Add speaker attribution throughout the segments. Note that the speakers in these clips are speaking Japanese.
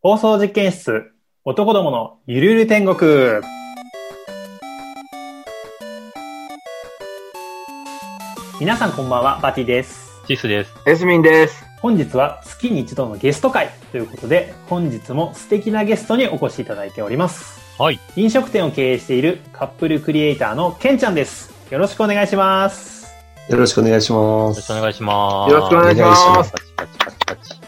Speaker 1: 放送実験室、男どものゆるゆる天国。皆さんこんばんは、バティです。
Speaker 2: チスです。
Speaker 3: エスミンです。
Speaker 1: 本日は月に一度のゲスト会ということで、本日も素敵なゲストにお越しいただいております。
Speaker 2: はい。
Speaker 1: 飲食店を経営しているカップルクリエイターのケンちゃんです。よろしくお願いします。
Speaker 4: よろしくお願いしま
Speaker 2: よろしくお
Speaker 4: す。
Speaker 2: 願いします。
Speaker 3: よろしくお願いします。
Speaker 2: パチパチパチパチ。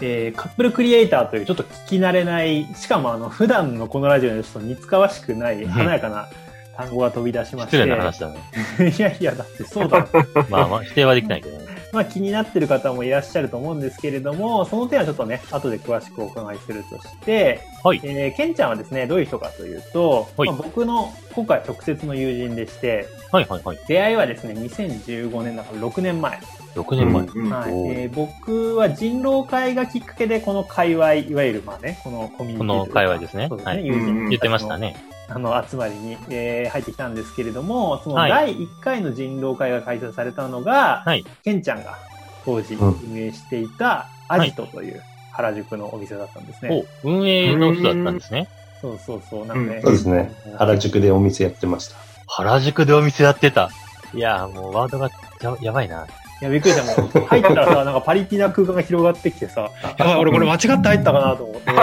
Speaker 1: えーカップルクリエイターというちょっと聞き慣れない、しかもあの普段のこのラジオでちょっと似つかわしくない
Speaker 2: ん
Speaker 1: 華やかな単語が飛び出しまして。
Speaker 2: 失礼な話だね。
Speaker 1: いやいや、だってそう だ。
Speaker 2: まあまあ、否定はできないけどね。
Speaker 1: まあ気になってる方もいらっしゃると思うんですけれども、その点はちょっとね、後で詳しくお伺いするとして、
Speaker 2: はい
Speaker 1: えーケンちゃんはですね、どういう人かというと、
Speaker 2: はい
Speaker 1: まあ僕の今回直接の友人でして、
Speaker 2: はいはいはい。
Speaker 1: 出会いはですね、2015年だから6年前。
Speaker 2: 6年前。
Speaker 3: うん
Speaker 1: はい
Speaker 2: おー
Speaker 1: えー僕は人狼会がきっかけで、この界隈、いわゆるまあね、このコミュニティというか。
Speaker 2: この界隈ですね
Speaker 1: そうです
Speaker 2: は
Speaker 1: ね、
Speaker 2: い
Speaker 1: 友人たちの
Speaker 3: うん
Speaker 2: 言ってましたね。
Speaker 1: あの、集まりに、えー入ってきたんですけれども、その
Speaker 2: はい
Speaker 1: 第1回の人狼会が開催されたのが、
Speaker 2: はい
Speaker 1: ケンちゃんが当時
Speaker 4: うん
Speaker 1: 運営していたアジトという原宿のお店だったんですね。
Speaker 2: お、運営の人だったんですね。
Speaker 1: そうそうそう。なので、
Speaker 3: うん
Speaker 4: そうですね。原宿でお店やってました。
Speaker 2: 原宿でお店やってた。いやーもうワードがややばいな。
Speaker 1: いや、びっくりした。もう、入ったらさ、なんかパリピな空間が広がってきてさ、やばい、俺これ間違って入ったかなと思って。
Speaker 2: 言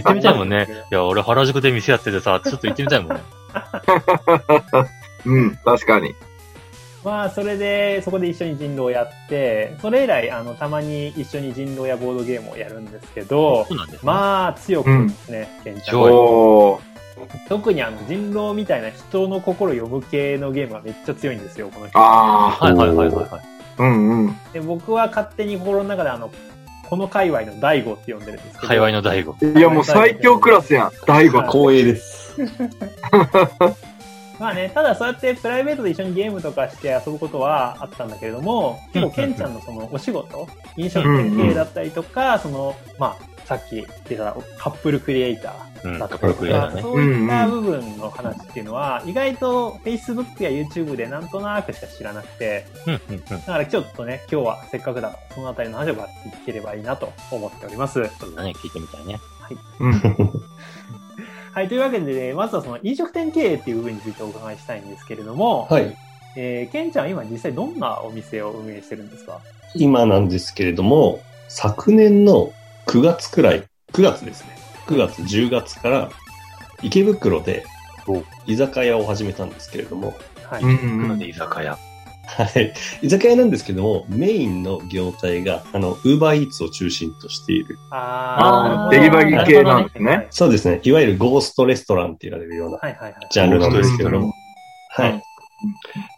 Speaker 2: ってみたいも ん ね。いや、俺原宿で店やっててさ、ちょっと行ってみたいもんね。
Speaker 3: うん、確かに。
Speaker 1: まあ、それで、そこで一緒に人狼やって、それ以来、あの、たまに一緒に人狼やボードゲームをやるんですけど、
Speaker 2: そうなんです、ね。
Speaker 1: まあ、強くですね、ケンちゃん
Speaker 2: 上位
Speaker 1: は。
Speaker 3: おー。
Speaker 1: 特にあの、人狼みたいな人の心読む系のゲームがめっちゃ強いんですよ、この人。
Speaker 3: あ
Speaker 2: はいはいはいはいはい。
Speaker 3: ー。うんうん。
Speaker 1: で、僕は勝手に心の中であの、この界隈の大悟って呼んでるんですけど。
Speaker 2: 界隈の醍醐。
Speaker 3: いや、もう最強クラスやん。大悟。
Speaker 1: はい
Speaker 4: 光栄 です。
Speaker 1: まあね、ただそうやってプライベートで一緒にゲームとかして遊ぶことはあったんだけれども、結構ケンちゃんのそのお仕事、飲食店経営だったりとか、その、まあ、さっき言ってたカップルクリエイタ
Speaker 2: うん、
Speaker 1: ーだと
Speaker 2: カ
Speaker 1: か、
Speaker 2: ップルだね。
Speaker 1: そういった部分の話っていうのは、意外と Facebook や YouTube でなんとなくしか知らなくて、
Speaker 2: うんうんうん。
Speaker 1: だからちょっとね、今日はせっかくだから、そのあたりの話をばっていければいいなと思っております。
Speaker 2: そうだね、聞いてみたいね。
Speaker 3: うん。
Speaker 1: はい、というわけで、ね、まずはその飲食店経営っていう部分についてお伺いしたいんですけれども、
Speaker 4: はい。
Speaker 1: えー、ケンちゃんは今実際どんなお店を運営してるんですか
Speaker 4: 今なんですけれども、昨年の9月くらい、9月ですね。9月、10月から池袋で居酒屋を始めたんですけれども、
Speaker 1: はい。
Speaker 3: うんう
Speaker 2: なん
Speaker 3: ん
Speaker 2: で居酒屋。
Speaker 4: はい。居酒屋なんですけども、メインの業態が、あの、ウーバーイーツを中心としている。
Speaker 1: あ
Speaker 2: あー
Speaker 1: なるほど
Speaker 2: デリバリー
Speaker 3: 系なんですね
Speaker 1: はい
Speaker 4: そうですね。いわゆるゴーストレストランって言われるような
Speaker 1: はいはいはい。
Speaker 4: ジャンルなんですけれども。
Speaker 3: うん
Speaker 4: はい。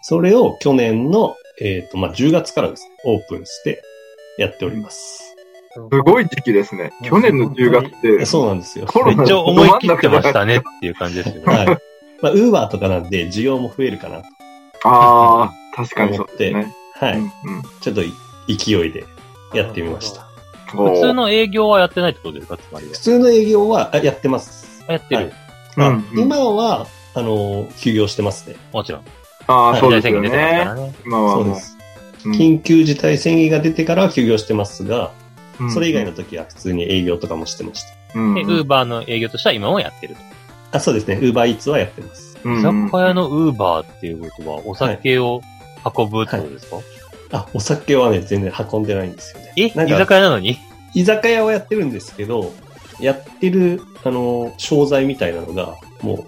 Speaker 4: それを去年の、えっ、と、まあ、10月からですね、オープンしてやっております。
Speaker 3: すごい時期ですね。去年の10月って。
Speaker 4: そうなんですよ。
Speaker 3: コ
Speaker 2: め
Speaker 3: ロナ
Speaker 2: っちゃ思い切ってましたねっていう感じですよ
Speaker 4: は
Speaker 2: ね。
Speaker 4: い。まあ、ウーバーとかなんで需要も増えるかなと。
Speaker 3: あー、確かにそうですね。
Speaker 4: はい。
Speaker 3: うんうん
Speaker 4: ちょっとい勢いでやってみました。
Speaker 2: 普通
Speaker 3: おー
Speaker 2: の営業はやってないってことですかつまりは
Speaker 4: 普。通の営業はあやってます。
Speaker 2: あやってる。
Speaker 4: はいまあ
Speaker 3: うんうん
Speaker 4: 今は、あの、休業してますね。
Speaker 2: もちろん。
Speaker 3: あー、そうです
Speaker 2: 宣
Speaker 3: よ
Speaker 2: 言出てますから
Speaker 3: ね。
Speaker 2: ね。
Speaker 3: 今
Speaker 4: そう
Speaker 3: は
Speaker 4: で
Speaker 3: も
Speaker 4: す。
Speaker 3: ううん。
Speaker 4: 緊急事態宣言が出てからは休業してますが、
Speaker 3: うん
Speaker 4: それ以外の。時は普通に営業とかもしてました。
Speaker 3: うん
Speaker 2: で、ウーバーの営業としては今もやってると。
Speaker 4: あ、そうですね。ウーバーイーツはやってます。
Speaker 3: うん
Speaker 2: 居
Speaker 3: うん
Speaker 2: 酒屋のウーバーっていうことは、お酒を運ぶってことですか、
Speaker 4: あ、お酒はね、全然運んでないんですよね。
Speaker 2: え居
Speaker 4: なんか
Speaker 2: 酒屋なのに
Speaker 4: 居酒屋はやってるんですけど、やってる、あの、商材みたいなのが、もう、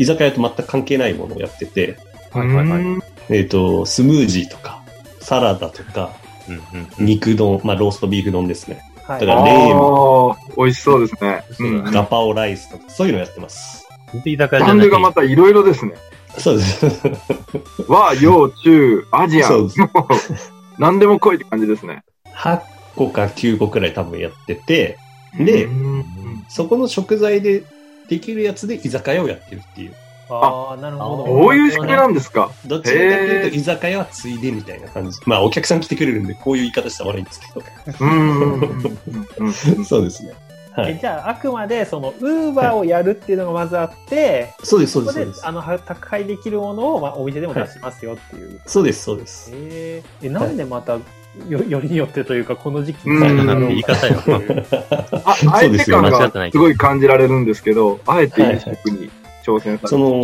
Speaker 4: 居酒屋と全く関係ないものをやってて、
Speaker 2: はいはいはい。うん
Speaker 3: うん
Speaker 4: えっ、と、スムージーとか、サラダとか、
Speaker 2: うん。
Speaker 4: 肉丼、まあ、ローストビーフ丼ですね。
Speaker 1: はい
Speaker 4: だか
Speaker 3: あ
Speaker 4: らね
Speaker 3: ー、美味しそうですね。
Speaker 2: そううだね
Speaker 3: ん
Speaker 4: ガパオライスとか、そういうのやってます。
Speaker 2: 全然居酒
Speaker 3: ジ
Speaker 2: 屋じ
Speaker 3: ャ
Speaker 2: ゃ
Speaker 3: ン
Speaker 2: ない。
Speaker 3: ルがまたいろいろですね。
Speaker 4: そうです。
Speaker 3: 和、洋、中、アジア
Speaker 4: そ
Speaker 3: ン。
Speaker 4: うです。
Speaker 3: 何でも来いって感じですね。
Speaker 4: 8個か9個くらい多分やってて、で
Speaker 3: うん
Speaker 4: そこの食材でできるやつで居酒屋をやってるっていう。
Speaker 1: ああ、なるほど。
Speaker 3: こういう仕組みなんですか
Speaker 4: どっちかというと居酒屋はついでみたいな感じ。まあお客さん来てくれるんでこういう言い方したら悪いんですけ
Speaker 3: うんうんうんうん
Speaker 4: ど。そうですね。は
Speaker 1: え
Speaker 4: い。
Speaker 1: じゃあ、あくまで、その、ウーバーをやるっていうのがまずあって、
Speaker 4: そうです、そうで
Speaker 1: そ
Speaker 4: す、そう
Speaker 1: こで
Speaker 4: で、す
Speaker 1: あ。の、は宅配できるものを、まあ、お店でも出しますよっていう。
Speaker 4: そうです、そうです。
Speaker 1: えーえ、なんでまたよよりによってというか、この時期
Speaker 3: う
Speaker 1: に
Speaker 3: ん
Speaker 1: 最
Speaker 2: だ
Speaker 1: 後
Speaker 2: な
Speaker 1: なんの
Speaker 2: て
Speaker 1: か
Speaker 2: 言い方よ。
Speaker 3: あ、あ
Speaker 4: そう
Speaker 3: え
Speaker 4: で
Speaker 3: て
Speaker 4: すよ
Speaker 3: 感
Speaker 4: 間違
Speaker 3: が
Speaker 2: ってないけ
Speaker 3: す
Speaker 2: ど
Speaker 3: ごい感じられるんですけど、あえて飲食に挑戦されて
Speaker 4: その、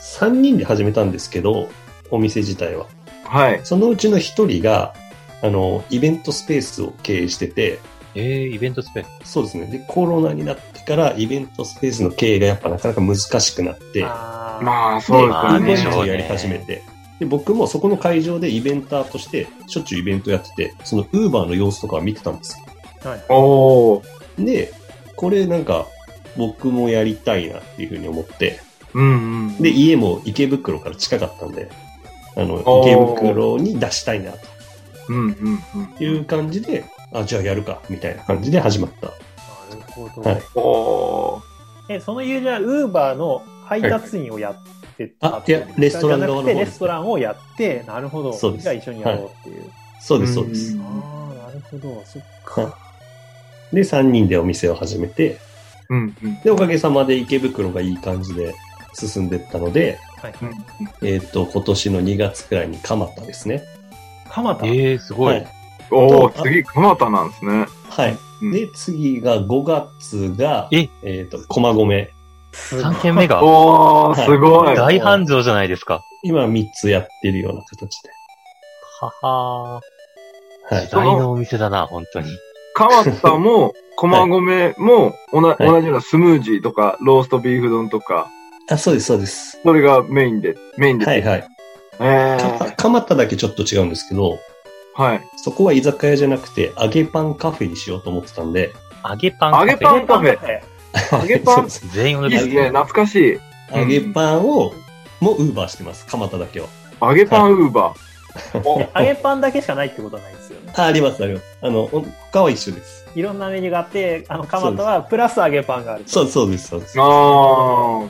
Speaker 4: 3人で始めたんですけど、お店自体は。
Speaker 3: はい。
Speaker 4: そのうちの1人が、あの、イベントスペースを経営してて、
Speaker 2: ええイベントスペース。
Speaker 4: そうですね。で、コロナになってから、イベントスペースの経営がやっぱなかなか難しくなって、
Speaker 1: あー
Speaker 3: まあ、そう
Speaker 2: まあ
Speaker 3: で
Speaker 2: ね
Speaker 3: す
Speaker 4: イベ
Speaker 3: よね。
Speaker 4: ントをやり始めて。で、僕もそこの会場でイベンターとして、しょっちゅうイベントやってて、そのウーバーの様子とかは見てたんですよ。
Speaker 3: おー。
Speaker 4: で、これなんか、僕もやりたいなっていうふうに思って、
Speaker 3: うんうん。
Speaker 4: で、家も池袋から近かったんで、あの、
Speaker 3: お
Speaker 4: 池
Speaker 3: ー
Speaker 4: 袋に出したいな
Speaker 3: うんうん
Speaker 4: という感じで、あ、じゃあやるか、みたいな感じで始まった。
Speaker 1: なるほど。
Speaker 4: はい
Speaker 3: うん。おー。
Speaker 1: え、その友人はウーバーの配達員をやってた
Speaker 4: はいあいやレストラン
Speaker 1: じゃ
Speaker 4: 側の
Speaker 1: なく
Speaker 4: 方
Speaker 1: て、レストランをやって、なるほど。
Speaker 4: そうです
Speaker 1: じゃあ一緒にやろうっていう。
Speaker 4: そうです、そうです。
Speaker 3: ん
Speaker 1: ああ、なるほど。そっ
Speaker 4: は
Speaker 1: か。
Speaker 4: で、3人でお店を始めて、
Speaker 3: うんうん。
Speaker 4: で、おかげさまで池袋がいい感じで進んでったので、
Speaker 1: はい。
Speaker 4: えっ、と、今年の2月くらいに蒲田ですね。
Speaker 1: 蒲田。
Speaker 2: ええすごい。
Speaker 4: はい。
Speaker 3: おー、次、蒲田なんですね。
Speaker 4: はい。
Speaker 3: うん
Speaker 4: で、次が5月が、
Speaker 2: え
Speaker 4: えっ、と、駒込。
Speaker 1: すごい
Speaker 2: 3軒目が
Speaker 3: おー、すごい。
Speaker 2: 大繁盛じゃないですか。
Speaker 4: 今3つやってるような形で。
Speaker 2: はは
Speaker 4: は
Speaker 2: ー。
Speaker 4: い
Speaker 2: 時。代のお店だな、本当に。
Speaker 3: 蒲田も、駒込も、おな
Speaker 4: はい
Speaker 3: 同じようなスムージーとか、ローストビーフ丼とか、
Speaker 4: あ、そうです、そうです。
Speaker 3: それがメインで、メインで。
Speaker 4: はいはい。
Speaker 3: え
Speaker 4: か
Speaker 3: ー、
Speaker 4: 蒲田だけちょっと違うんですけど、
Speaker 3: はい。
Speaker 4: そこ は居酒屋じゃなくて、揚げパンカフェにしようと思ってたんで、
Speaker 2: 揚げパンカフェ。
Speaker 3: 揚げパンカフェ
Speaker 1: ェ。
Speaker 3: 揚げパ
Speaker 4: そ
Speaker 3: ン
Speaker 4: うです
Speaker 2: 全員
Speaker 3: い
Speaker 2: 同
Speaker 3: い
Speaker 2: じ
Speaker 3: で
Speaker 2: ですす。
Speaker 3: ね、懐かしい。
Speaker 4: 揚げパンを、もウーバーしてます、蒲田だけは。
Speaker 3: 揚げパンウーバ ー。お
Speaker 1: 揚げパンだけしかないってことはないですよね。
Speaker 4: あ、あります、あります。あの、お他は一緒です。
Speaker 1: いろんなメニューがあって、あの、蒲田はプラス揚げパンがある。
Speaker 4: そうそうです、そうです。
Speaker 3: あ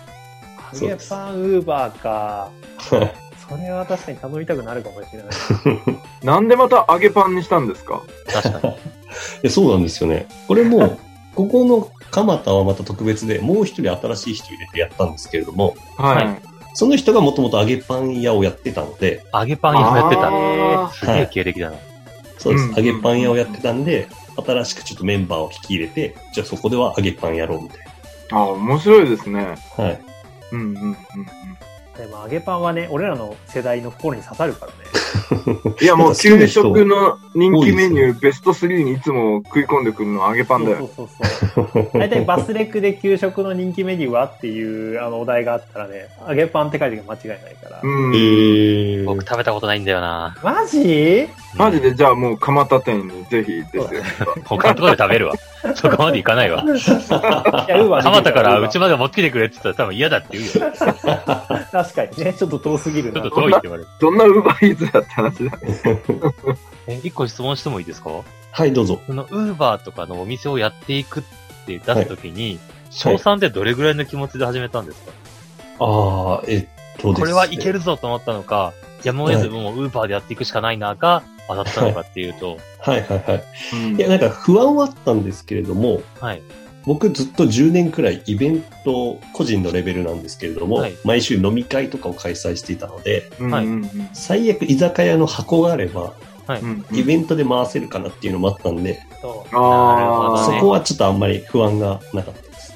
Speaker 1: 揚げパン、ウーバーか。
Speaker 4: はい
Speaker 1: それは確かに頼みたくなるかもし れない。
Speaker 3: ー。なんでまた揚げパンにしたんですか
Speaker 2: 確かに。
Speaker 4: えそうなんですよね。これも、 ここの蒲田はまた特別で、もう一人新しい人入れてやったんですけれども、
Speaker 3: はい。
Speaker 4: はその人がもともと揚げパン屋をやってたので、
Speaker 2: 揚げパン屋もやってた。
Speaker 3: あー
Speaker 2: すげえ経歴だな。
Speaker 4: そうです、
Speaker 3: うん
Speaker 4: 揚げパン屋をやってたんで、新しくちょっとメンバーを引き入れて、じゃあそこでは揚げパンやろうみたい
Speaker 3: ああ、面白いですね。
Speaker 4: な。はい。
Speaker 3: うんうんうんうん。
Speaker 1: でも揚げパンはね、俺らの世代の心に刺さるからね。
Speaker 3: いや、も
Speaker 4: なん
Speaker 3: う
Speaker 4: か好きな
Speaker 3: 給
Speaker 4: 人
Speaker 3: 食の人気メニ
Speaker 4: 多い
Speaker 3: ューベスト3にいつも食い込んでくるのは揚げパンだ
Speaker 1: そ
Speaker 3: よ。
Speaker 1: うそうそうそう。大体バスレックで給食の人気メニューはっていうあのお題があったらね、揚げパンって書いてる間違いないから。
Speaker 3: うん。
Speaker 4: え
Speaker 2: 僕食べたことないんだよな。
Speaker 1: マ ジ
Speaker 3: マジでじゃあもう蒲田店にぜひですよ。
Speaker 2: 他のところで食べる わ。そこまで行かないわ。
Speaker 1: いや、ウーバー
Speaker 2: 蒲田からうち
Speaker 1: も。
Speaker 2: まで持ってきてくれって言ったら多分嫌だって言うよ。ちょっ
Speaker 1: 確かにね、ちょっと遠すぎるな。
Speaker 2: と遠いって言われる。
Speaker 3: どんなウーバーイーツだって話だ。
Speaker 2: え、一個質問してもいいですか
Speaker 4: はい、どうぞ。
Speaker 2: その、ウーバーとかのお店をやっていくって出すときに、賞賛ってどれぐらいの気持ちで始めたんですか、
Speaker 4: ああ、えっとですね
Speaker 2: これはいけるぞと思ったのか、やむを得ず
Speaker 4: は
Speaker 2: もうウーバーでやっていくしかないなが当たったのかっていうと、
Speaker 4: はいはいはい。
Speaker 3: うん
Speaker 4: いや、なんか不安はあったんですけれども、
Speaker 2: はい。
Speaker 4: 僕ずっと10年くらいイベント、個人のレベルなんですけれども、
Speaker 2: はい
Speaker 4: 毎週飲み会とかを開催していたので、
Speaker 3: うん
Speaker 2: はい
Speaker 3: うん
Speaker 4: 最悪居酒屋の箱があれば、
Speaker 3: うん
Speaker 4: イベントで回せるかなっていうのもあったんで、
Speaker 1: そ
Speaker 2: なるほ
Speaker 3: あ
Speaker 2: ど
Speaker 4: そ
Speaker 2: ね
Speaker 3: あ、
Speaker 4: こはちょっとあんまり不安がなかったです。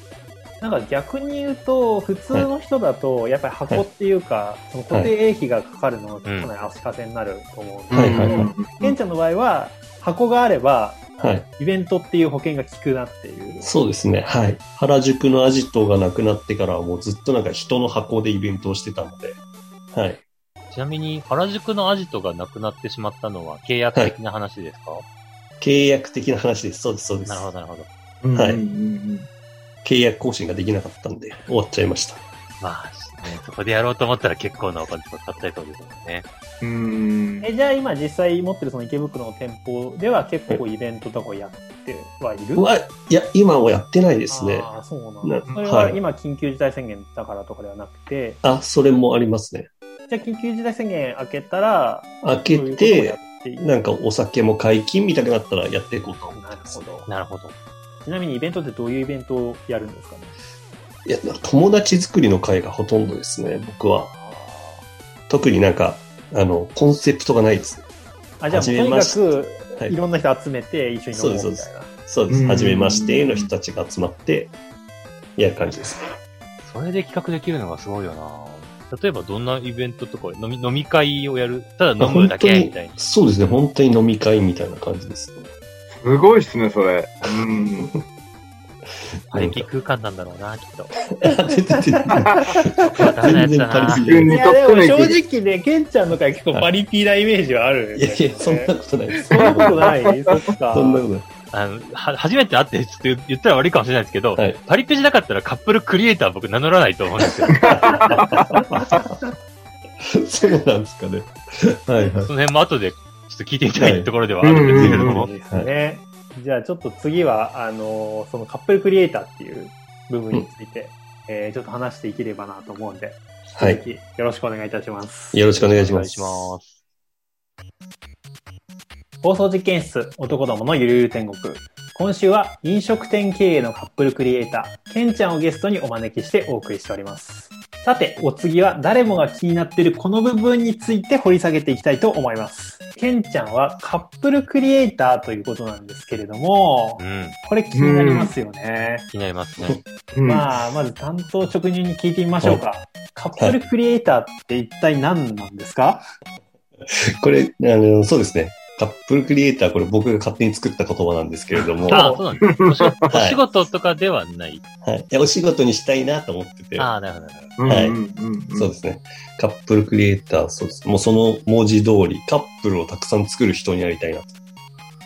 Speaker 1: うなんか逆に言うと、普通の人だと、やっぱり箱っていうか、その固定営費がかかるのがかなり足かせになると思うん
Speaker 3: うん
Speaker 1: で
Speaker 4: は
Speaker 1: す
Speaker 4: い
Speaker 1: け
Speaker 4: はい
Speaker 1: ど、ケンちゃんの場合は、箱があれば、
Speaker 4: はい。
Speaker 1: イベントっていう保険が効くなっていう。
Speaker 4: そうですね。はい。原宿のアジトがなくなってからはもうずっとなんか人の箱でイベントをしてたので、はい。
Speaker 2: ちなみに、原宿のアジトがなくなってしまったのは契約的な話ですか、
Speaker 4: 契約的な話です。そうです、そうです。
Speaker 2: なるほど、なるほど。
Speaker 3: うん
Speaker 4: はい
Speaker 3: うんうんうん
Speaker 4: 契約更新ができなかったんで、終わっちゃいました。
Speaker 2: まあ、ね、そこでやろうと思ったら結構なお金とか買っちゃいそうですもんね。
Speaker 3: うん
Speaker 1: えじゃあ今実際持ってるその池袋の店舗では結構イベントとかをやってはいる
Speaker 4: うわ、いや、今はやってないですね。
Speaker 1: ああ、そうなんだ。
Speaker 4: な
Speaker 1: それは
Speaker 4: はい
Speaker 1: 今緊急事態宣言だからとかではなくて、
Speaker 4: あ、それもありますね。
Speaker 1: じゃあ緊急事態宣言明けたら、そ
Speaker 4: 開
Speaker 1: う
Speaker 4: け
Speaker 1: いうこともや
Speaker 4: て
Speaker 1: っ、ていく
Speaker 4: なんかお酒も解禁みたくなったらやっていこうと思
Speaker 1: な
Speaker 4: っ
Speaker 1: る
Speaker 4: てます
Speaker 1: ほ。ど。
Speaker 2: なるほど。
Speaker 1: ちなみにイベントってどういうイベントをやるんですかね
Speaker 4: いや、友達作りの会がほとんどですね、僕は。特になんか、あの、コンセプトがないです。
Speaker 1: あ、じゃあ
Speaker 4: はじめ
Speaker 1: とに
Speaker 4: ま
Speaker 1: か
Speaker 4: して
Speaker 1: く
Speaker 4: はい
Speaker 1: いろんな人集めて一緒に飲もうみたいな。
Speaker 4: そうです。
Speaker 3: うん
Speaker 4: はじめましての人たちが集まって、やる感じです。
Speaker 2: それで企画できるのがすごいよな例えばどんなイベントとか、飲み、飲み会をやるただ飲むだけみたいな。
Speaker 4: そうですね。本当に飲み会みたいな感じです。
Speaker 3: すごいっすね、それ。うん。
Speaker 2: パリキ空間なんだろうな、きっと。
Speaker 4: あ出て出て
Speaker 2: ダメなやつ
Speaker 4: 全然
Speaker 2: だ
Speaker 4: パリ
Speaker 2: な
Speaker 4: す。
Speaker 3: 自分
Speaker 4: ぎる。
Speaker 1: い
Speaker 3: にと
Speaker 1: や
Speaker 3: っ
Speaker 1: で
Speaker 3: て
Speaker 1: も
Speaker 3: の
Speaker 1: 正直ね、ケンちゃんの回結構パリピなイメージはある、
Speaker 4: いやいや、そんなことないです。
Speaker 1: そんなことないそっか。
Speaker 4: そんなことない。
Speaker 2: あの、は、初めて会ってちょっと言ったら悪いかもしれないですけど、
Speaker 4: はい
Speaker 2: パリピじゃなかったらカップルクリエイター僕名乗らないと思うんです よ。
Speaker 4: そうなんですかね。はい
Speaker 2: そ
Speaker 4: は
Speaker 2: の辺も後でちょっと聞いてみたいところではあるんですけれども。
Speaker 1: そうですね。じゃあちょっと次は、あのーそのカップルクリエイターっていう部分について、えーちょっと話していければなと思うんで、
Speaker 4: い。は
Speaker 1: 引
Speaker 4: い。
Speaker 1: き続きよろしくお願いいたします。
Speaker 4: よろしくお願いし
Speaker 2: お願
Speaker 4: ま
Speaker 2: いし
Speaker 4: す。
Speaker 2: ます。
Speaker 1: 放送実験室男どものゆるゆる天国今週は飲食店経営のカップルクリエイターケンちゃんをゲストにお招きしてお送りしておりますさてお次は誰もが気になっているこの部分について掘り下げていきたいと思いますケンちゃんはカップルクリエイターということなんですけれども
Speaker 2: うん。
Speaker 1: これ気になりますよね
Speaker 2: 気になりますね。
Speaker 3: うん
Speaker 1: まあまず担当直入に聞いてみましょうかカップルクリエイターって一体何なんですか
Speaker 4: これ、あの、そうですね。カップルクリエイター、これ僕が勝手に作った言葉なんですけれども、
Speaker 2: あ
Speaker 4: は
Speaker 2: あ、そうなんです。お仕お仕事とかではない。
Speaker 4: い、いやお仕事にしたいなと思ってて、
Speaker 2: ああ、なるほどなるほど。
Speaker 3: うん
Speaker 4: はい
Speaker 3: うんうんうん
Speaker 4: そうですね。カップルクリエイター、そうです。もうその文字通り、カップルをたくさん作る人になりたい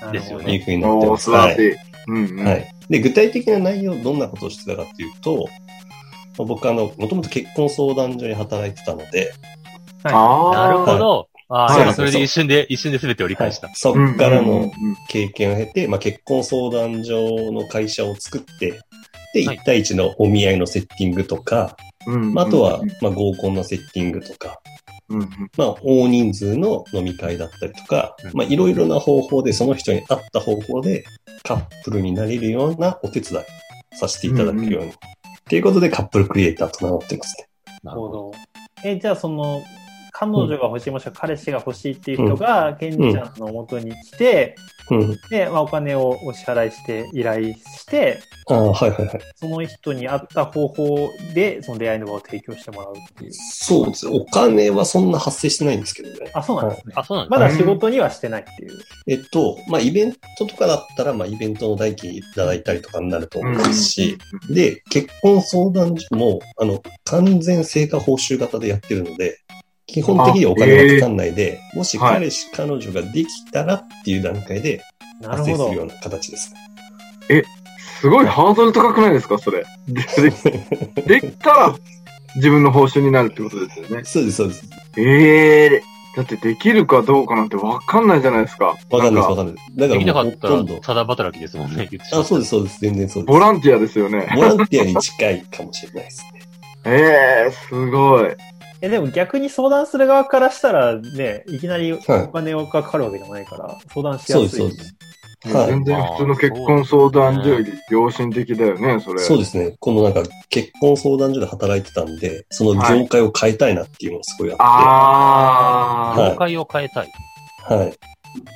Speaker 4: な
Speaker 2: ですよ
Speaker 4: と
Speaker 2: ね
Speaker 4: いうふうになって
Speaker 3: お
Speaker 4: ま
Speaker 3: ー
Speaker 4: す。
Speaker 3: 素晴らし。
Speaker 4: はい
Speaker 3: うんうん
Speaker 4: い。はい。で、具体的な内容、どんなことをしてたかっていうと、まあ僕あの、もともと結婚相談所に働いてたので、
Speaker 3: あ
Speaker 2: なるほ
Speaker 3: ど。
Speaker 2: ど。ああ、
Speaker 4: はい
Speaker 2: 今それで一瞬で、一瞬で全てを理
Speaker 4: は
Speaker 2: 解
Speaker 4: い
Speaker 2: した。
Speaker 4: そっから
Speaker 3: うんうんう
Speaker 4: の
Speaker 3: ん
Speaker 4: 経験を経て、まあ、結婚相談所の会社を作って、で、
Speaker 2: はい
Speaker 4: 1対1のお見合いのセッティングとか、
Speaker 3: うんうん
Speaker 4: まあ、あとは、まあ、合コンのセッティングとか、
Speaker 3: うんうん
Speaker 4: まあ、大人数の飲み会だったりとか
Speaker 2: うん、
Speaker 4: まあ、いろいろな方法で、その人に合った方法で、カップルになれるようなお手伝いさせていただくように。っていうことで、カップルクリエイターと名乗ってますね。
Speaker 2: な
Speaker 1: な
Speaker 2: る
Speaker 1: る
Speaker 2: ほ
Speaker 1: ほ
Speaker 2: ど。
Speaker 1: ど。え、じゃあその、彼女が欲しい、もしくは彼氏が欲しいっていう人が、ケンちゃんの元に来て、
Speaker 4: うん。
Speaker 1: で、まあ、お金をお支払いして依頼して、
Speaker 4: ああ、はいはいはい。
Speaker 1: その人に合った方法で、その出会いの場を提供してもらうっていう。
Speaker 4: そうです。お金はそんな発生してないんですけどね。
Speaker 1: あ、そうなんですね。
Speaker 2: あ、そうなんで
Speaker 1: ますだ仕事にはしてないっていう。
Speaker 4: えっと、まあ、イベントとかだったら、まあ、イベントの代金いただいたりとかになると思いますし、で、結婚相談所も、あの、完全成果報酬型でやってるので、基本的にはお金がかかんないで、もし彼氏、彼女ができたらっていう段階で
Speaker 1: なる
Speaker 4: 発生
Speaker 1: ほ
Speaker 4: す
Speaker 1: ど
Speaker 4: る。ような形ですね。
Speaker 3: すごいハードル高くないですか、それ。でできたら、自分の報酬になるってことですよね。
Speaker 4: そうです、そうです。
Speaker 3: ええだってできるかどうかなんてわかんないじゃないですか。
Speaker 4: わかんないです、わ
Speaker 3: か
Speaker 4: かんないです。だ
Speaker 2: できなから
Speaker 4: か
Speaker 2: っ
Speaker 4: もうほ
Speaker 2: た
Speaker 4: とん
Speaker 2: ら、
Speaker 4: ど。
Speaker 2: ただ働きですもんね、言ってしま
Speaker 4: あ、
Speaker 2: った
Speaker 4: そうです、そうです。全然そうです。
Speaker 3: ボランティアですよね。
Speaker 4: ボランティアに近いかもしれないですね。
Speaker 3: ええすごい。
Speaker 1: え、でも逆に相談する側からしたら、ね、いきなりお
Speaker 4: はい
Speaker 1: 金がかかるわけじゃないから、相談しや
Speaker 4: そ
Speaker 1: す
Speaker 4: う
Speaker 1: い。
Speaker 4: です、そうです。はい
Speaker 3: 全然普通の結婚相談所より良心的だよね、それ。
Speaker 4: そうですね。このなんか、結婚相談所で働いてたんで、その業界を変えたいなっていうのがすごいあ
Speaker 3: あ
Speaker 4: はい
Speaker 3: あ、
Speaker 2: 業界を変えたい。
Speaker 4: って、はい。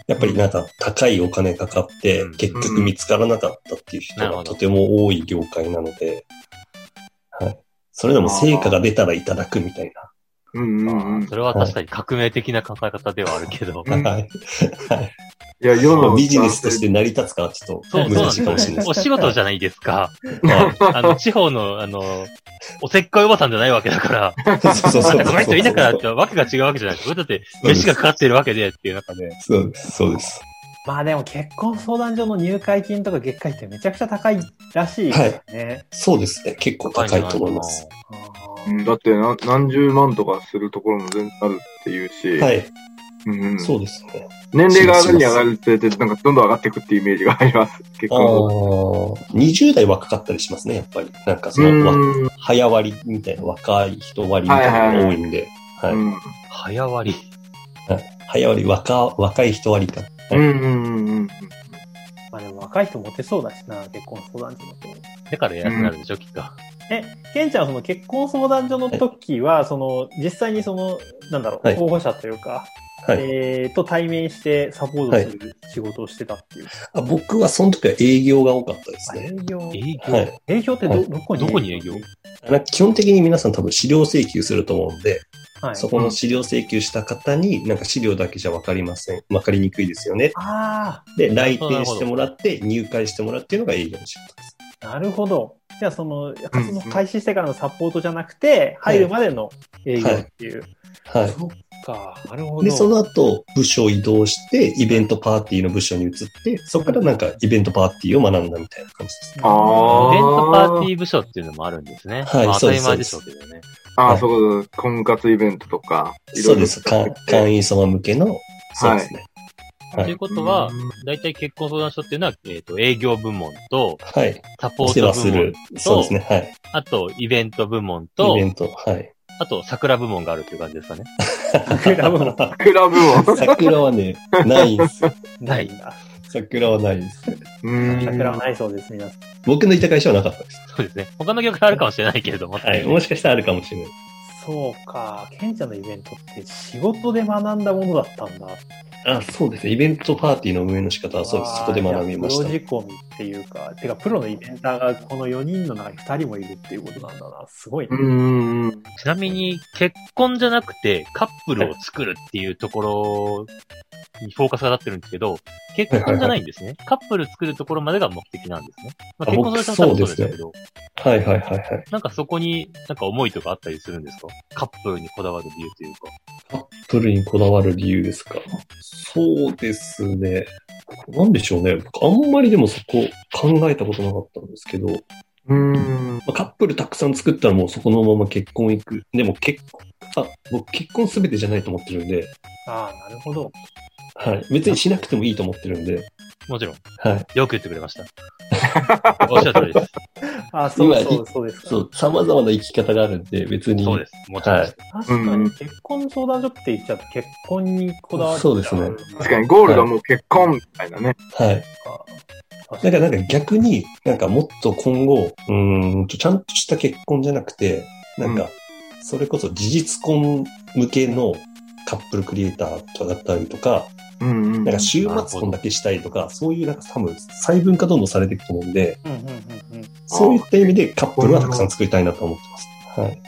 Speaker 4: やっぱりなんか、高いお金かかって
Speaker 2: うん、
Speaker 4: 結局見つからなかったっていう人
Speaker 2: なるほ
Speaker 4: が
Speaker 2: ど
Speaker 4: とても多い業界なので、はい。それでも成果が出たらいただくみたい
Speaker 3: うんうんうん。い
Speaker 2: それは確かに革命的な考え方ではあるけど。
Speaker 3: うん
Speaker 4: な。はい。はい
Speaker 3: や、世
Speaker 4: まあ
Speaker 3: の
Speaker 4: ビジネスとして成り立つかはちょっ
Speaker 2: そうそうな
Speaker 4: と
Speaker 2: ん
Speaker 4: 難
Speaker 2: で
Speaker 4: し
Speaker 2: す
Speaker 4: いかもしれな い
Speaker 2: お仕事じゃないですか。
Speaker 4: はい
Speaker 2: あの、地方の、あの、おせっかいおばさんじゃないわけだから、
Speaker 4: そうそうそう
Speaker 2: この人いなからってわけが違うわけじゃないですか。だって、飯がかかってるわけでっていう中で。
Speaker 4: そうです、そうです。
Speaker 1: まあでも結婚相談所の入会金とか月会ってめちゃくちゃ高いらしいからね。
Speaker 4: そうですね。結構高いと思います。
Speaker 1: あ
Speaker 3: う
Speaker 1: ー
Speaker 3: んだって何何十万とかするところも全然あるっていうし、
Speaker 4: はい。
Speaker 3: うんうん
Speaker 4: そうですね。
Speaker 3: 年齢が上がるに上がるにつれて、なんかどんどん上がっていくっていうイメージがあります。結
Speaker 4: あ
Speaker 3: 構。
Speaker 4: ー20代若かったりしますね、やっぱり。なんかそうの、わ
Speaker 3: ん。
Speaker 4: 早割りみたいな、若い人割りみたいなのが多いんで。はい。
Speaker 3: うん
Speaker 2: 早割り。
Speaker 4: 早割り、若、若い人割りか。
Speaker 3: うんうんうん。
Speaker 1: まあでも若い人モテそうだしな、結婚相談所だと。
Speaker 2: だから安くなるでしょ、きっと。
Speaker 1: え、ケンちゃんはその結婚相談所の時は、その、実際にその、なんだろう、
Speaker 4: はい
Speaker 1: 候補者というか、
Speaker 4: はい。
Speaker 1: えーと対面してサポートする仕事をしてたっていう。
Speaker 4: あ僕はその時は営業が多かったですね。
Speaker 1: 営業。
Speaker 2: 営業、
Speaker 4: はい。
Speaker 1: 営業ってど、
Speaker 4: はい
Speaker 1: どこに
Speaker 2: どこに営業
Speaker 4: なんか基本的に皆さん多分資料請求すると思うんで、
Speaker 1: はい。
Speaker 4: そこの資料請求した方に、なんか資料だけじゃ分かりません。分かりにくいですよね。
Speaker 1: あ
Speaker 4: で、来店してもらって、入会してもらうっていうのが営業の仕事です。
Speaker 1: あ、なるほど。じゃあ、その、活動開始してからのサポートじゃなくて、入るまでの営業っていう。
Speaker 4: はい。
Speaker 1: そっか、なるほど。
Speaker 4: で、その後、部署移動して、イベントパーティーの部署に移って、そこからなんかイベントパーティーを学んだみたいな感じです。
Speaker 3: あ
Speaker 2: イ
Speaker 3: ー
Speaker 2: ベントパーティー部署っていうのもあるんですね。
Speaker 4: はい
Speaker 2: まあ、当
Speaker 4: そう
Speaker 2: た
Speaker 4: で
Speaker 2: り
Speaker 4: す
Speaker 2: 前でしょうけどね。
Speaker 3: あ
Speaker 4: は
Speaker 3: あ、
Speaker 4: い
Speaker 3: そうそう、婚活イベントとか。いろ
Speaker 4: そ
Speaker 3: いうろ
Speaker 4: です。か会員様向けの、そうですね。
Speaker 2: と、
Speaker 4: はい
Speaker 2: い、うことは、
Speaker 3: うん
Speaker 2: 大体結婚相談所っていうのは、えっ、と、営業部門と、
Speaker 4: はい。
Speaker 2: サポ
Speaker 4: お
Speaker 2: ー
Speaker 4: 世
Speaker 2: ト
Speaker 4: 話す
Speaker 2: 部門
Speaker 4: る。そうですね。はい。
Speaker 2: あと、イベント部門
Speaker 4: イ
Speaker 2: と
Speaker 4: ベ、ント。 はい。
Speaker 2: あと、桜部門があるっていう感じですかね。
Speaker 1: 桜も
Speaker 3: クラ ブも。
Speaker 4: 桜はね、ないんですよ。
Speaker 1: ないんだ。
Speaker 4: 桜はないんです。
Speaker 3: うん
Speaker 1: 桜はないそうです、皆さん。
Speaker 4: 僕のいた会社はなかったです。
Speaker 2: そうですね。他の業界あるかもしれないけれども。
Speaker 4: はい。もしかしたらあるかもしれない。
Speaker 1: そうか、ケンちゃんのイベントって仕事で学んだものだったんだ。
Speaker 4: あ、そうですね。イベントパーティーの運営の仕方はそうです。そこで学びまし
Speaker 1: プ
Speaker 4: た
Speaker 1: ロ。仕込みっていうか、てかプロのイベンターがこの4人の中に2人もいるっていうことなんだな。すごいね。
Speaker 3: うん。
Speaker 2: ちなみに、結婚じゃなくて、カップルを作るっていうところにフォーカスが立ってるんですけど、結婚じゃないんですね。カップル作るところまでが目的なんですね。まあ、
Speaker 4: あ
Speaker 2: 結婚
Speaker 4: 僕
Speaker 2: 相談所も多分そうでしたけど、
Speaker 4: はいはいはいはい。
Speaker 2: なんかそこになんか思いとかあったりするんですかカップルにこだわる理由というか。
Speaker 4: カップルにこだわる理由ですかそうですね。なんでしょうね。僕あんまりでもそこ考えたことなかったんですけど、ま
Speaker 3: うん。
Speaker 4: あ、カップルたくさん作ったらもうそこのまま結婚行く。でも結婚、あ、僕結婚すべてじゃないと思ってるんで、
Speaker 1: ああ、なるほど。
Speaker 4: はい。別にしなくてもいいと思ってるんで、
Speaker 2: もちろん、
Speaker 4: はい。
Speaker 2: よく言ってくれました。おっしゃる通りです。
Speaker 1: ああ、そう
Speaker 4: 今
Speaker 1: そう、そうですか。
Speaker 4: そう、様々な生き方があるんで、別に。
Speaker 2: そうです。もちろんです。
Speaker 1: 確か
Speaker 3: うんう
Speaker 1: に
Speaker 3: ん
Speaker 1: 結婚相談所って言っちゃうと結婚にこだわっちゃ
Speaker 4: そうですね
Speaker 3: 確かに、ゴールがもう結婚みたいなね。
Speaker 4: はい。
Speaker 1: 確
Speaker 4: だからなんか逆に、なんかもっと今後、うーんと、ちゃんとした結婚じゃなくて、なん
Speaker 3: う
Speaker 4: か、それこそ事実婚向けのカップルクリエイターとかだったりとか、
Speaker 3: うんうん。
Speaker 4: なんか週末婚だけしたいとか、そういうなんか多分細分化どんどんされていくと思うんで、
Speaker 1: うんうんうんうん。
Speaker 4: そういった意味でカップルはたくさん作りたいなと思ってます。はい。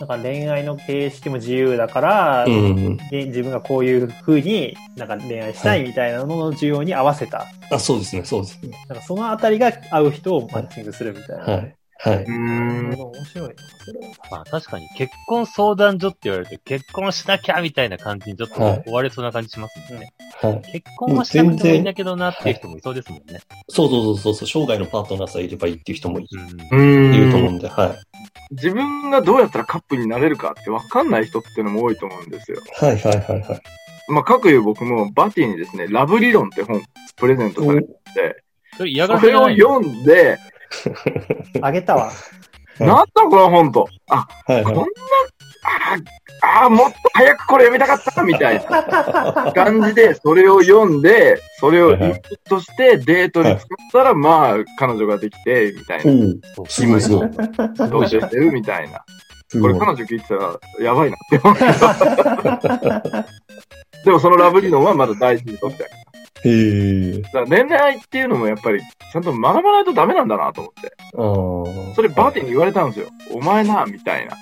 Speaker 1: なんか恋愛の形式も自由だから、
Speaker 4: うん。
Speaker 1: で自分がこういう風になんか恋愛したいみたいなのの需要に合わせた、
Speaker 4: あ、そうですね、そうですね。
Speaker 1: なんかそのあたりが合う人をマッチングするみたいな。
Speaker 4: はい。はい。
Speaker 3: うん。
Speaker 1: 面白いな、それは。
Speaker 2: まあ確かに結婚相談所って言われると結婚しなきゃみたいな感じにちょっと
Speaker 4: はい
Speaker 2: 追われそうな感じしますもんね。
Speaker 4: はい。
Speaker 2: 結婚はしなくてもいいんだけどなっていう人もいそうですもんね。
Speaker 4: そうそうそうそう、生涯のパートナーさえいればいいっていう人もい
Speaker 2: うん。
Speaker 3: うん。
Speaker 4: いると思うんで、はい。
Speaker 3: 自分がどうやったらカップになれるかって分かんない人っていうのも多いと思うんですよ。
Speaker 4: はいはいはいはい。
Speaker 3: まあ、かくいう僕もバティにですね、ラブ理論って本プレゼントされてて、
Speaker 2: それ嫌がら
Speaker 3: こ
Speaker 2: せじ
Speaker 3: れ
Speaker 2: ゃ
Speaker 3: を
Speaker 2: ないの
Speaker 3: 読んで、
Speaker 1: あげたわ。
Speaker 4: うん
Speaker 3: なんだこの本と。あ、
Speaker 4: はいはい
Speaker 3: こんな、ああ、もっと早くこれ読みたかったみたいな感じで、それを読んで、それをインプットしてデートに使ったら、まあ、彼女ができて、みたいな。
Speaker 4: おうすごいすごい。
Speaker 3: どうしてるみたいな。
Speaker 4: す
Speaker 3: こ
Speaker 4: ごい
Speaker 3: れ彼女聞いてたら、やばいなって思うけど。 でもそのラブ理論はまだ大事にとってある。
Speaker 4: へえ。
Speaker 3: だから恋愛っていうのもやっぱり、ちゃんと学ばないとダメなんだなと思って。
Speaker 4: ああ。
Speaker 3: それバーティに言われたんですよ。お前な、みたいな。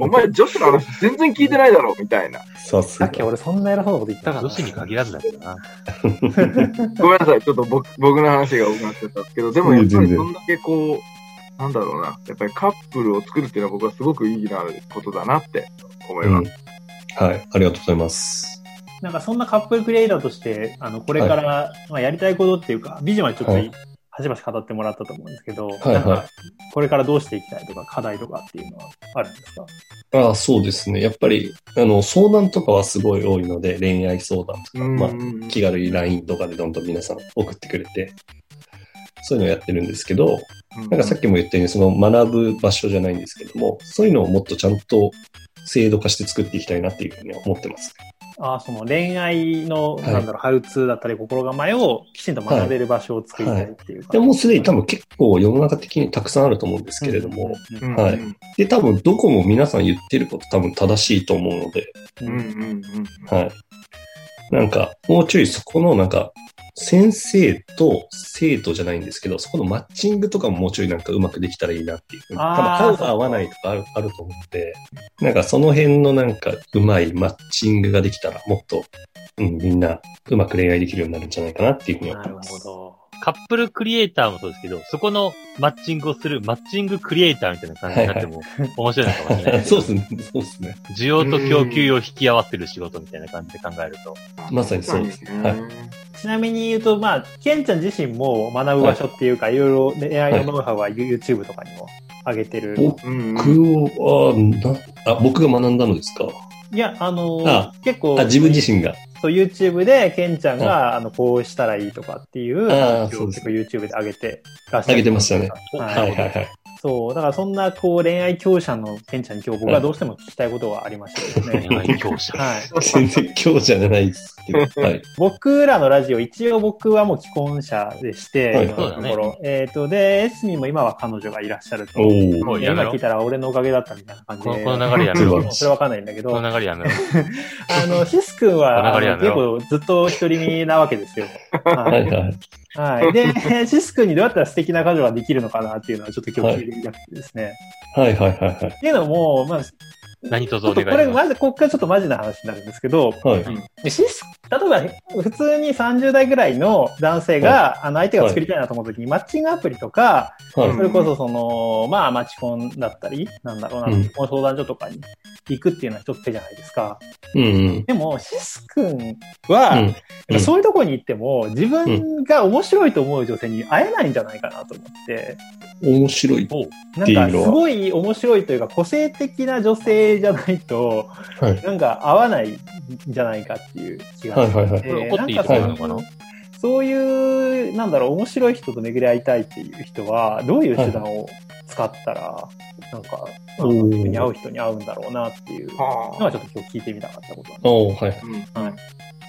Speaker 3: お前女子の話全然聞いてないだろ、みたいな。
Speaker 4: さす
Speaker 1: さ
Speaker 4: が
Speaker 1: っ。き俺そんな偉そうなこと言ったから。
Speaker 2: 女子に限らずだけどな。
Speaker 3: ごめんなさい、ちょっと僕僕の話が多くなっちゃったんですけど、でもやっ
Speaker 4: い
Speaker 3: ぱ
Speaker 4: や
Speaker 3: り
Speaker 4: 全然
Speaker 3: そんだけこう、なんだろうな、やっぱりカップルを作るっていうのは僕はすごく意義のあることだなって思い
Speaker 4: うん
Speaker 3: ま
Speaker 4: は
Speaker 3: す。
Speaker 4: い。ありがとうございます。
Speaker 1: なんかそんなカップルクリエイターとして、あの、これから、まあやりたいことっていうか、ビジョンはちょっと、
Speaker 4: はい
Speaker 1: はしばし語ってもらったと思うんですけど、
Speaker 4: い
Speaker 1: なん
Speaker 4: は
Speaker 1: かこれからどうしていきたいとか、課題とかっていうのはあるんですか
Speaker 4: ああ、そうですね。やっぱり、あの、相談とかはすごい多いので、恋愛相談とか、
Speaker 3: うん
Speaker 4: まあ、気軽に LINE とかでどんどん皆さん送ってくれて、そういうのをやってるんですけど、なんかさっきも言ったように、その学ぶ場所じゃないんですけども、そういうのをもっとちゃんと制度化して作っていきたいなっていうふうには思ってます。
Speaker 1: あその恋愛の、
Speaker 4: はい
Speaker 1: なんだろう、ハウツーだったり、心構えをきちんと学べる場所を作りたいっていうか。
Speaker 4: でもうすでに多分結構世の中的にたくさんあると思うんですけれども、
Speaker 1: うん
Speaker 3: うん
Speaker 4: はいで、多分どこも皆さん言ってること多分正しいと思うので、
Speaker 3: うんうんうん。
Speaker 4: はい。なんか、もうちょいそこのなんか、先生と生徒じゃないんですけど、そこのマッチングとかももうちょいなんかうまくできたらいいなっていう。多分
Speaker 1: あー
Speaker 4: 合う合わないとかあるあると思って、なんかその辺のなんかうまいマッチングができたらもっと、うん、みんなうまく恋愛できるようになるんじゃないかなっていうふうに思
Speaker 1: ないる
Speaker 4: ます。
Speaker 1: ほど。
Speaker 2: カップルクリエイターもそうですけど、そこのマッチングをするマッチングクリエイターみたいな感じになっても面白いのかもしれない ですね。
Speaker 4: そうですね。そうですね。
Speaker 2: 需要と供給を引き合わせる仕事みたいな感じで考えると。
Speaker 4: まさにそうです
Speaker 3: ね
Speaker 4: はい
Speaker 1: ちなみに言うと、まあ、ケンちゃん自身も学ぶ場所っていうか、いろいろ恋愛のノウハウは YouTube とかにも上げてる。い、
Speaker 3: うんうん
Speaker 4: 僕は、なあ、僕が学んだのですか
Speaker 1: や、あの
Speaker 4: あ
Speaker 1: 結構、
Speaker 4: あ、自分自身が。
Speaker 1: そう、YouTube で、ケンちゃんが、あの、こうしたらいいとかっていう、
Speaker 4: あー
Speaker 1: 結
Speaker 4: そ
Speaker 1: 構
Speaker 4: うです
Speaker 1: YouTube で上げてらっしゃる
Speaker 4: 上げてましたね。
Speaker 1: はい
Speaker 4: はいはいはい。
Speaker 1: そう、だからそんな、こう、恋愛強者のケンちゃんに今日僕はどうしても聞きたいことがありましてです
Speaker 2: 恋
Speaker 1: ね。
Speaker 2: 愛強者。
Speaker 1: はい。
Speaker 4: 全然強者じゃないですけど。 はい。
Speaker 1: 僕らのラジオ、一応僕はもう既婚者でして、
Speaker 4: はい
Speaker 1: 今のところ。えっ、と、で、エスミンも今は彼女がいらっしゃると。
Speaker 4: お
Speaker 2: も
Speaker 4: お。
Speaker 2: うや
Speaker 1: 今
Speaker 2: めろ
Speaker 1: 聞い。たら俺のおかげだったみたいな感じ
Speaker 2: この
Speaker 1: で。
Speaker 2: この流れやめ
Speaker 4: う
Speaker 2: ろ。
Speaker 4: ん
Speaker 1: もうそれわかんないんだけど、
Speaker 2: こ
Speaker 1: あ
Speaker 2: の流れやめろ。
Speaker 1: の、シス君は、
Speaker 2: この
Speaker 1: あ
Speaker 2: 流
Speaker 1: の
Speaker 2: れやめ
Speaker 1: 結
Speaker 2: ろ
Speaker 1: 構ずっと独り身なわけですよ。
Speaker 4: は
Speaker 1: はいい。
Speaker 4: はい。
Speaker 1: はい。で、シス君にどうやったら素敵な彼女ができるのかなっていうのはちょっと今日聞いてみたくてですね。
Speaker 4: はいはいはい
Speaker 1: っていうのも、まあ、ち
Speaker 2: 何卒
Speaker 1: ょ
Speaker 2: お
Speaker 1: っと
Speaker 2: 願い
Speaker 1: こ
Speaker 2: し
Speaker 1: れ、
Speaker 2: ます。
Speaker 1: まず、こっからちょっとマジな話になるんですけど、
Speaker 4: はい。はい。
Speaker 1: でシス例えば、普通に30代ぐらいの男性が、あの、相手が作りたいなと思うときに、マッチングアプリとか、
Speaker 4: はい。
Speaker 1: それこそ、その、まあ、マチコンだったり、なんだろうな、
Speaker 4: うん
Speaker 1: この相談所とかに行くっていうのは一つ手じゃないですか。
Speaker 4: うん
Speaker 1: でも、シス君
Speaker 4: う
Speaker 1: は、
Speaker 4: ん。うん。
Speaker 1: そういうとこに行っても、自分が面白いと思う女性に会えないんじゃないかなと思って、
Speaker 4: 面白い。
Speaker 1: なん
Speaker 4: って
Speaker 1: か、
Speaker 4: い
Speaker 1: す
Speaker 4: うのは
Speaker 1: ごい面白いというか、個性的な女性じゃないと、
Speaker 4: はい。
Speaker 1: なんか合わないんじゃないかっていう気が
Speaker 4: はい
Speaker 1: して
Speaker 4: はいはい。
Speaker 2: これ怒っていい
Speaker 1: な
Speaker 2: と
Speaker 1: ん
Speaker 2: こ
Speaker 1: か
Speaker 2: ろなのかな
Speaker 1: そういう、なんだろう、面白い人と巡り合いたいっていう人は、どういう手段を使ったら、なんか、あの
Speaker 4: おー
Speaker 1: 自分に合う人に合うんだろうなっていうのは、
Speaker 3: は
Speaker 1: ちょっと今日聞いてみたかったことなんで
Speaker 4: おおはい
Speaker 3: あ。。うん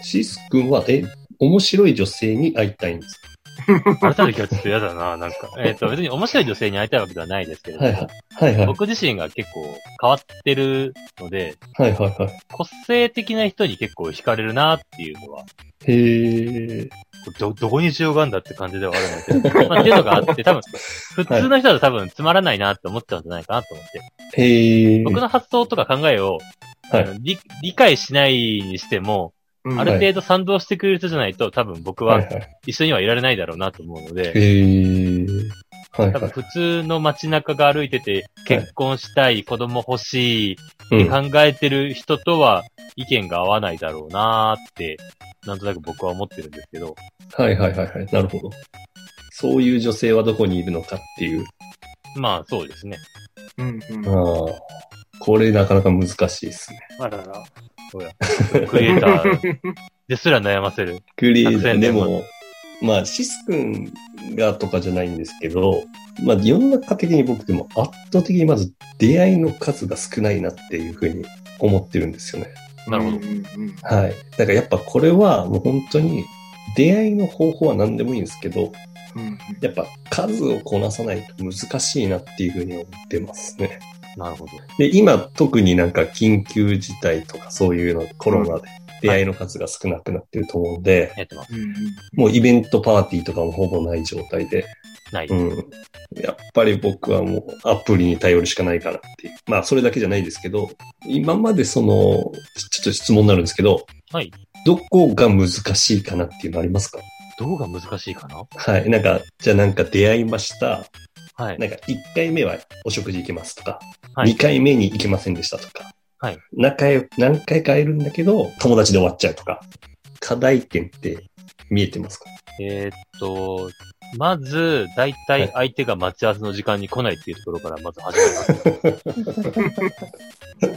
Speaker 4: シス君は、え、面白い女性に会いたいんですか
Speaker 2: 改めて今日ちょっと嫌だな、なんか。えっ、と、別に面白い女性に会いたいわけではないですけれども、
Speaker 4: はいはい。はいはい。
Speaker 2: 僕自身が結構変わってるので、
Speaker 4: はいはいは
Speaker 2: 個性的な人に結構惹かれるなっていうのは、
Speaker 4: い。へえ。
Speaker 2: ど、どこに需要があるんだって感じではあるんですけど、まあ、っていうのがあって、多分、普通の人だと多分つまらないなって思っちゃうんじゃないかなと思って、
Speaker 4: へえ。
Speaker 2: 僕の発想とか考えを、
Speaker 4: はい
Speaker 2: あの理理解しないにしても、
Speaker 3: うん
Speaker 2: ある程度賛同してくれる人じゃないと、多分僕
Speaker 4: はい
Speaker 2: は
Speaker 4: はい。
Speaker 2: 一緒にはいられないだろうなと思うの で、
Speaker 4: へえ。はい
Speaker 2: 多
Speaker 4: は
Speaker 2: 分
Speaker 4: い。
Speaker 2: 普通の街中が歩いてて、結婚したい、子供欲しいっ
Speaker 4: う
Speaker 2: て
Speaker 4: ん。
Speaker 2: 考えてる人とは意見が合わないだろうなーって、なんとなく僕は思ってるんですけど、
Speaker 4: はいはいはいはい。なるほど。そういう女性はどこにいるのかっていう。
Speaker 2: まあそう ですね。
Speaker 3: うんうん
Speaker 4: ああ。これなかなか難しいですね。
Speaker 1: す。あらら。
Speaker 2: クリエイターですら悩ませる。
Speaker 4: クリエイタ
Speaker 2: 作
Speaker 4: ー
Speaker 2: 戦
Speaker 4: で
Speaker 2: でも
Speaker 4: も、まあ、シス君がとかじゃないんですけど、まあ、世の中的に僕でも圧倒的にまず出会いの数が少ないなっていうふうに思ってるんですよね。
Speaker 2: なるほど
Speaker 3: うんうん
Speaker 4: はい。だからやっぱこれはもう本当に出会いの方法は何でもいいんですけど、
Speaker 3: うん
Speaker 4: やっぱ数をこなさないと難しいなっていうふうに思ってますね。
Speaker 2: なるほど。
Speaker 4: で、今特になんか緊急事態とかそういうのコロナで出会いの数が少なくなってると思うんで、
Speaker 2: やってます。
Speaker 3: うんうん
Speaker 4: もうイベントパーティーとかもほぼない状態で、
Speaker 2: ない。
Speaker 4: うん。やっぱり僕はもうアプリに頼るしかないかなっていう。まあそれだけじゃないですけど、今までその、ちちょっと質問になるんですけど、
Speaker 2: はい。
Speaker 4: どこが難しいかなっていうのありますか
Speaker 2: どこが難しいかな
Speaker 4: はい。なんか、じゃあなんか出会いました。
Speaker 2: はい。
Speaker 4: なんか1回目はお食事行けますとか、
Speaker 2: はい
Speaker 4: 2回目に行けませんでしたとか、
Speaker 2: はい
Speaker 4: 仲良く何回か会えるんだけど、友達で終わっちゃうとか、課題点って見えてますか
Speaker 2: えーっと、まず、大体相手が待ち合わせの時間に来ないっていうところからまず始まります。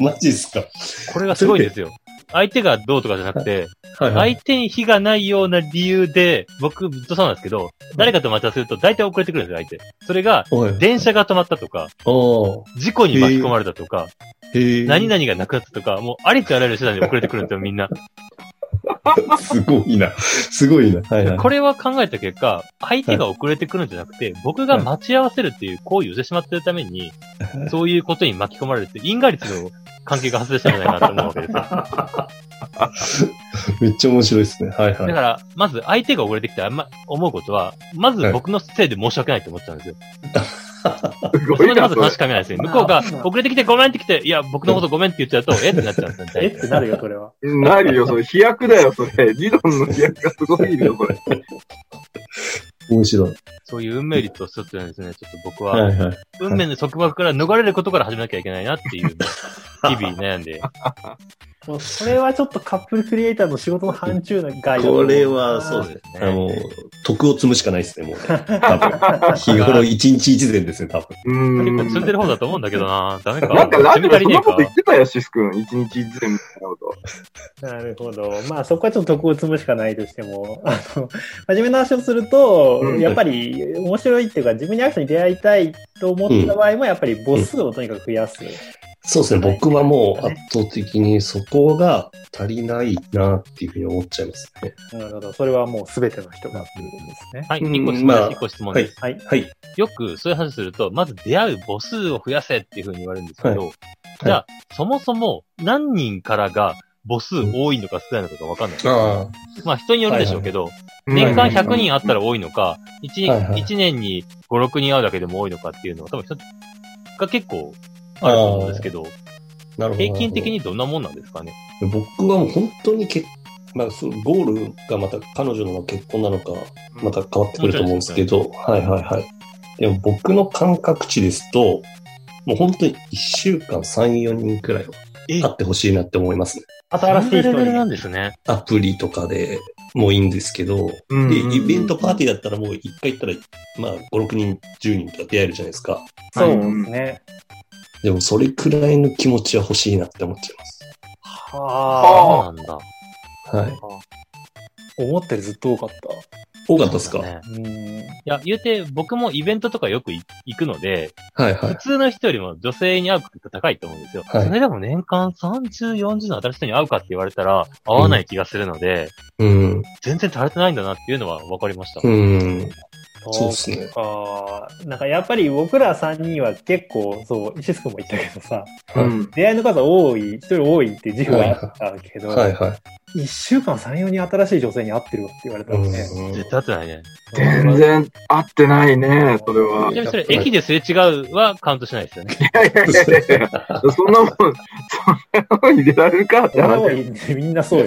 Speaker 4: マジですか
Speaker 2: これがすごいですよ。相手がどうとかじゃなくて、
Speaker 4: はい
Speaker 2: 相手に非がないような理由で、僕ずっとそうなんですけど、誰かと待ち合わせると大体遅れてくるんですよ、相手。それが、
Speaker 4: おい。
Speaker 2: 電車が止まったとか、
Speaker 4: おー
Speaker 2: 事故に巻き込まれたとか、
Speaker 4: へえ。
Speaker 2: 何々がなくなったとか、もうありとあらゆる手段で遅れてくるんですよ、みんな。
Speaker 4: すごいな。すごいな。はいはい。
Speaker 2: これは考えた結果、相手が遅れてくるんじゃなくて、僕が待ち合わせるっていう行為をしてしまってるために、そういうことに巻き込まれて、因果率の関係が発生したんじゃないかなと思うわけですよ。
Speaker 4: めっちゃ面白いですね。はい
Speaker 2: だ
Speaker 4: は
Speaker 2: から、まず相手が遅れてきてあんま思うことは、まず僕のせいで申し訳ないと思っちゃうんですよ。
Speaker 3: す
Speaker 2: そ
Speaker 3: ご
Speaker 2: れ
Speaker 3: い
Speaker 2: でま
Speaker 3: な、
Speaker 2: ず
Speaker 3: それ
Speaker 2: 話。しかめないですね。向こうが遅れてきてごめんって来て、いや、僕のことごめんって言っちゃうと、えってなっちゃうんですよ。
Speaker 1: えってなるよ、それは。
Speaker 3: なるよ、それ。飛躍だよ、それ。理論の飛躍がすごすぎるよ、それ。
Speaker 4: い。面白い。
Speaker 2: そういう運命率をするっていうのはですね、ちょっと僕
Speaker 4: は
Speaker 2: は、
Speaker 4: いはい。
Speaker 2: 運命の束縛から逃れることから始めなきゃいけないなっていう、日々悩ん で。
Speaker 1: もうそれはちょっとカップルクリエイターの仕事の範疇な概要
Speaker 4: これはそうです
Speaker 2: ね
Speaker 4: あの、徳を積むしかないですね、もうね。多 分。日頃一日一善ですね、多分。
Speaker 3: う
Speaker 2: 結構積んで
Speaker 3: ーん。
Speaker 2: る方だと思うんだけどなダメか。
Speaker 3: なんかラ
Speaker 2: 積
Speaker 3: ジ
Speaker 2: み
Speaker 3: オで
Speaker 2: 足りねえか
Speaker 3: そんなこと言。ってたよ、シス君。一日一善みたいなこと。
Speaker 1: なるほど。まあそこはちょっと得を積むしかないとしても、あの、真面目な話をすると、
Speaker 3: うん
Speaker 1: やっぱり面白いっていうか、自分にアクションに出会いたいと思った場合も、やっぱり母数をとにかく増やす。
Speaker 4: そうですね、僕はもう圧倒的にそこが足りないなっていうふうに思っちゃいますね。
Speaker 1: なるほど。それはもう全ての人がっていうことですね。
Speaker 2: はい、
Speaker 4: うん
Speaker 2: 一個質問
Speaker 4: ま
Speaker 2: です
Speaker 4: あ
Speaker 2: 一個質問
Speaker 4: は
Speaker 2: で
Speaker 4: い
Speaker 2: す。。
Speaker 1: はい。
Speaker 4: はい。
Speaker 2: よくそういう話すると、まず出会う母数を増やせっていうふうに言われるんですけど、じゃあ、そもそも何人からが母数多いのか少ないのかがわかんない。
Speaker 4: あ
Speaker 2: まあ人によるでしょうけど、年間100人あったら多いのか、1,
Speaker 4: はいはい
Speaker 2: 一年に5、6人会うだけでも多いのかっていうのは多分人が結構あると思うんですけど、
Speaker 4: あ、なるほど。
Speaker 2: 平均的にどんなもんなんですかね。
Speaker 4: 僕はもう本当に結まあ、そのゴールがまた彼女の結婚なのか、また変わってくると思うんですけど、はいはいはい。でも僕の感覚値ですと、もう本当に1週間3、4人くらいは
Speaker 2: え
Speaker 4: 会ってほしいなって思いますね。
Speaker 1: 新しい
Speaker 2: そ
Speaker 1: 人
Speaker 2: んなレベルなん
Speaker 1: に。
Speaker 2: ですね。
Speaker 4: アプリとかでもいいんですけど、
Speaker 3: うん
Speaker 4: で、イベントパーティーだったらもう1回行ったら、まあ5、6人、10人とか出会えるじゃないですか。
Speaker 1: そう
Speaker 3: う
Speaker 1: で
Speaker 3: ん
Speaker 1: すね。
Speaker 4: でもそれくらいの気持ちは欲しいなって思っちゃいます。
Speaker 1: はあ。
Speaker 2: そ
Speaker 3: あ
Speaker 2: うなんだ。
Speaker 4: はい。
Speaker 1: 思ったよりずっと多かった。
Speaker 4: 多かったですか、
Speaker 2: そうだね
Speaker 1: うん。
Speaker 2: いや、言うて、僕もイベントとかよくい行くので、
Speaker 4: はいはい
Speaker 2: 普。通の人よりも女性に会う確率が高いと思うんですよ。
Speaker 4: はい
Speaker 2: それでも年間30、40の新しい人に会うかって言われたら、会わない気がするので、
Speaker 4: うん。
Speaker 2: 全然足りてないんだなっていうのは分かりました。
Speaker 4: うん。そうですね。
Speaker 1: か。なんかやっぱり僕ら3人は結構、そう、シス君も言ったけどさ、
Speaker 3: う
Speaker 4: はい
Speaker 3: ん。
Speaker 1: 出会いの数は多い、一人多いっていう自負はあったけど、
Speaker 4: はいはい。
Speaker 1: 一週間3、4人新しい女性に会ってるわって言われた
Speaker 4: う
Speaker 1: の
Speaker 4: ん
Speaker 1: ね。
Speaker 2: 絶対会ってないね。
Speaker 3: 全然合ってないね、それ は。
Speaker 2: ち
Speaker 4: い
Speaker 2: なみにそれ、駅ですれ違うはカウントしないですよね。
Speaker 3: いやいやいやいやそんなもん、そんなもん入れられるかって
Speaker 1: 俺も
Speaker 3: 話。
Speaker 1: いみんなそうよ。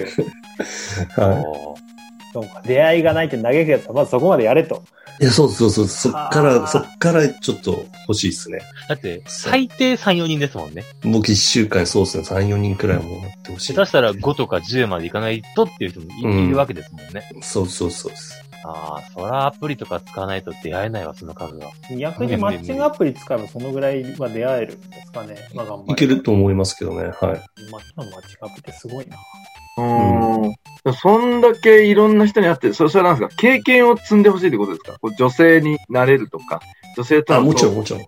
Speaker 4: は
Speaker 2: おー
Speaker 1: そうか出会いがないって嘆くやつは、まずそこまでやれと。
Speaker 4: い。いや、そうそうそう。そっか
Speaker 1: あー
Speaker 4: ら、そっからちょっと欲しいですね。
Speaker 2: だって、最低3、4人ですもんね。
Speaker 4: 僕一週間そうですね。3、4人くらいはもうなってほしい。
Speaker 2: 下手したら5とか10までいかないとっていう人もい,、
Speaker 4: うん
Speaker 2: るわけですもんね。
Speaker 4: そうそうそうです。
Speaker 2: ああ、そらアプリとか使わないと出会えないわ、その数は。
Speaker 1: 逆にマッチングアプリ使えばそのぐらいは出会えるんですかね。まあ頑張れば
Speaker 4: いける。と思いますけどね。はい。
Speaker 1: まあ今のマッチングアプリってすごいな。
Speaker 3: うん。そんだけいろんな人に会って、そそれはなんですか経験を積んでほしいってことですかこう女性になれるとか、女性と
Speaker 4: あ、
Speaker 3: の
Speaker 4: もちろんもちろん。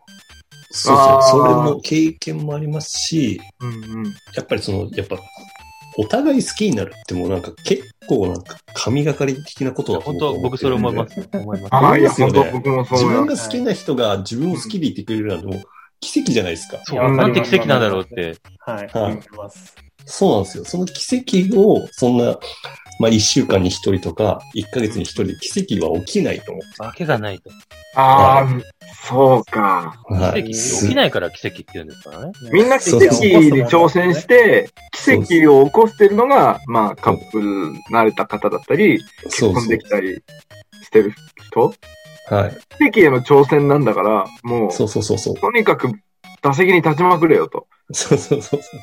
Speaker 4: そう
Speaker 3: あー
Speaker 4: そう。それも経験もありますし、
Speaker 3: うんうん。
Speaker 4: やっぱりその、やっぱ、お互い好きになるってもうなんか結構なんか神がかり的なことだと
Speaker 2: 本
Speaker 4: 思
Speaker 2: 当、
Speaker 4: う
Speaker 2: 僕それ思いま
Speaker 4: 思って
Speaker 2: す。思います。
Speaker 3: ああ、いや、
Speaker 4: そう
Speaker 3: 本
Speaker 4: です
Speaker 3: 当
Speaker 4: よね
Speaker 3: 僕も
Speaker 4: るんで
Speaker 3: そう
Speaker 4: 自
Speaker 3: 思い
Speaker 4: 分
Speaker 3: ま
Speaker 4: が好きな人が自分を好きでいてくれるなんてもう奇跡じゃないですか。
Speaker 2: そう
Speaker 1: いやわかります
Speaker 2: なんて奇跡なんだろうって。
Speaker 1: はい。
Speaker 4: はい
Speaker 1: 思います。
Speaker 4: そうなんですよ。その奇跡を、そんな、まあ、一週間に一人とか、一ヶ月に一人で奇跡は起きないと思
Speaker 2: わけがないと。
Speaker 3: す。ああ、そうか。
Speaker 4: う。は
Speaker 2: 奇
Speaker 4: い。
Speaker 2: 跡、
Speaker 4: す
Speaker 2: 起きないから奇跡って言うんですからね。
Speaker 3: みんな奇跡に挑戦して、奇跡を起こしてるのが、まあ、カップルになれた方だったり、
Speaker 4: そう
Speaker 3: 飛ん
Speaker 4: そ
Speaker 3: で
Speaker 4: う
Speaker 3: き。たりしてる人
Speaker 4: はい。
Speaker 3: 奇跡への挑戦なんだから、もう、
Speaker 4: そうそうそうそう。
Speaker 3: とにかく打席に立ちまくれよと。
Speaker 4: そうそうそうそう。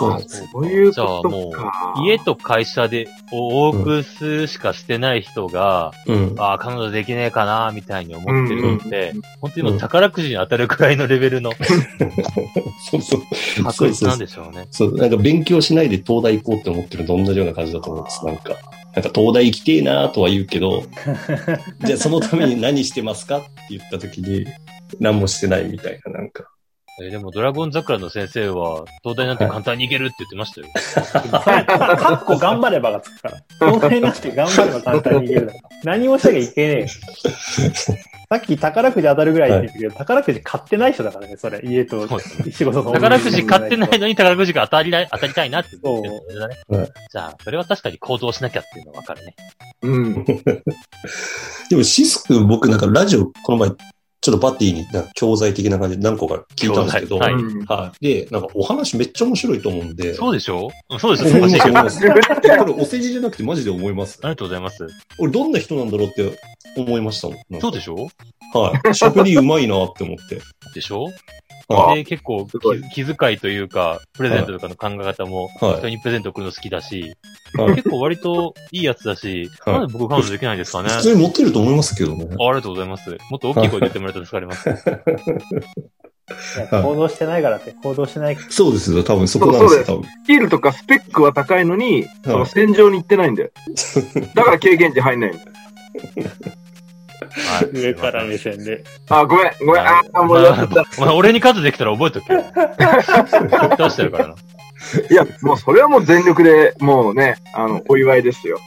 Speaker 4: そうな
Speaker 3: あ
Speaker 4: んで
Speaker 3: ー
Speaker 4: すよ
Speaker 3: そういう
Speaker 2: じゃあ
Speaker 3: こ
Speaker 2: も
Speaker 3: と
Speaker 2: う
Speaker 3: か。、
Speaker 2: 家と会社で往復数しかしてない人が、
Speaker 4: うん。
Speaker 2: ああ、彼女できねえかな、みたいに思ってるので、
Speaker 3: うん
Speaker 2: 本当にもう宝くじに当たるくらいのレベルの
Speaker 4: そうそう。
Speaker 2: 確率なんでしょうね。
Speaker 4: そう、なんか勉強しないで東大行こうって思ってるのと同じような感じだと思うんです。なんか、なんか東大行きてえなとは言うけど、じゃあそのために何してますかって言った時に、何もしてないみたいな、なんか。
Speaker 2: えーでも、ドラゴン桜の先生は、東大なんて簡単に行けるって言ってましたよ。
Speaker 1: かっこ頑張ればがつくから。東大なして頑張れば簡単にいけるだから。何もしなきゃいけ ねえよ。さっき宝くじ当たるぐらいって言ったけど、宝くじ買ってない人だからね、それ。家と
Speaker 2: そうですね
Speaker 1: 仕事と。
Speaker 2: 宝くじ買ってないのに宝くじが当たりたい、当た りたいなって言ってる
Speaker 1: そ
Speaker 2: のだね
Speaker 4: うん。
Speaker 2: じゃあ、それは確かに行動しなきゃっていうのはわかるね。
Speaker 3: うん。
Speaker 4: でもシス君、僕なんかラジオ、この前、ちょっとバティになんか教材的な感じで何個か聞いたんですけど、
Speaker 2: 教材はい
Speaker 3: うん
Speaker 4: はい。で、なんかお話めっちゃ面白いと思うんで、
Speaker 2: そううでしょうんそうですよ。おかしいけどあ
Speaker 4: ます。これお世辞じゃなくてマジで思い ます。
Speaker 2: りがとうございます。
Speaker 4: 俺どんな人なんだろうって思いましたもん。なん
Speaker 2: そ
Speaker 4: か
Speaker 2: うでしょ
Speaker 4: はい。喋りうまいなって思って。
Speaker 2: でしょ
Speaker 3: あ
Speaker 2: で、結構
Speaker 3: すごい
Speaker 2: 気、気遣いというか、プレゼントとかの考え方も、
Speaker 4: はい
Speaker 2: 人にプレゼント送るの好きだし、
Speaker 4: はい
Speaker 2: 結構割といいやつだし、
Speaker 4: はい
Speaker 2: なんで僕彼女できないんですかね。
Speaker 4: 普通に持ってると思いますけどね。
Speaker 2: あありがとうございます。もっと大きい声で言ってもらえたら助かります。
Speaker 1: 行動してないからって、行動してないから。
Speaker 4: そうですよ、多分そこなんですよ、
Speaker 3: スキルとかスペックは高いのに、その戦場に行ってないんだよ。だから経験値入んないんだよ。
Speaker 2: はい
Speaker 1: 上から目線で。
Speaker 3: あ、ごめん、ごめん、あー、もうやっちゃっ
Speaker 2: お前俺に数できたら覚えと けよ。出してるからな。
Speaker 3: た。いや、もうそれはもう全力で、もうね、あの、お祝いですよ。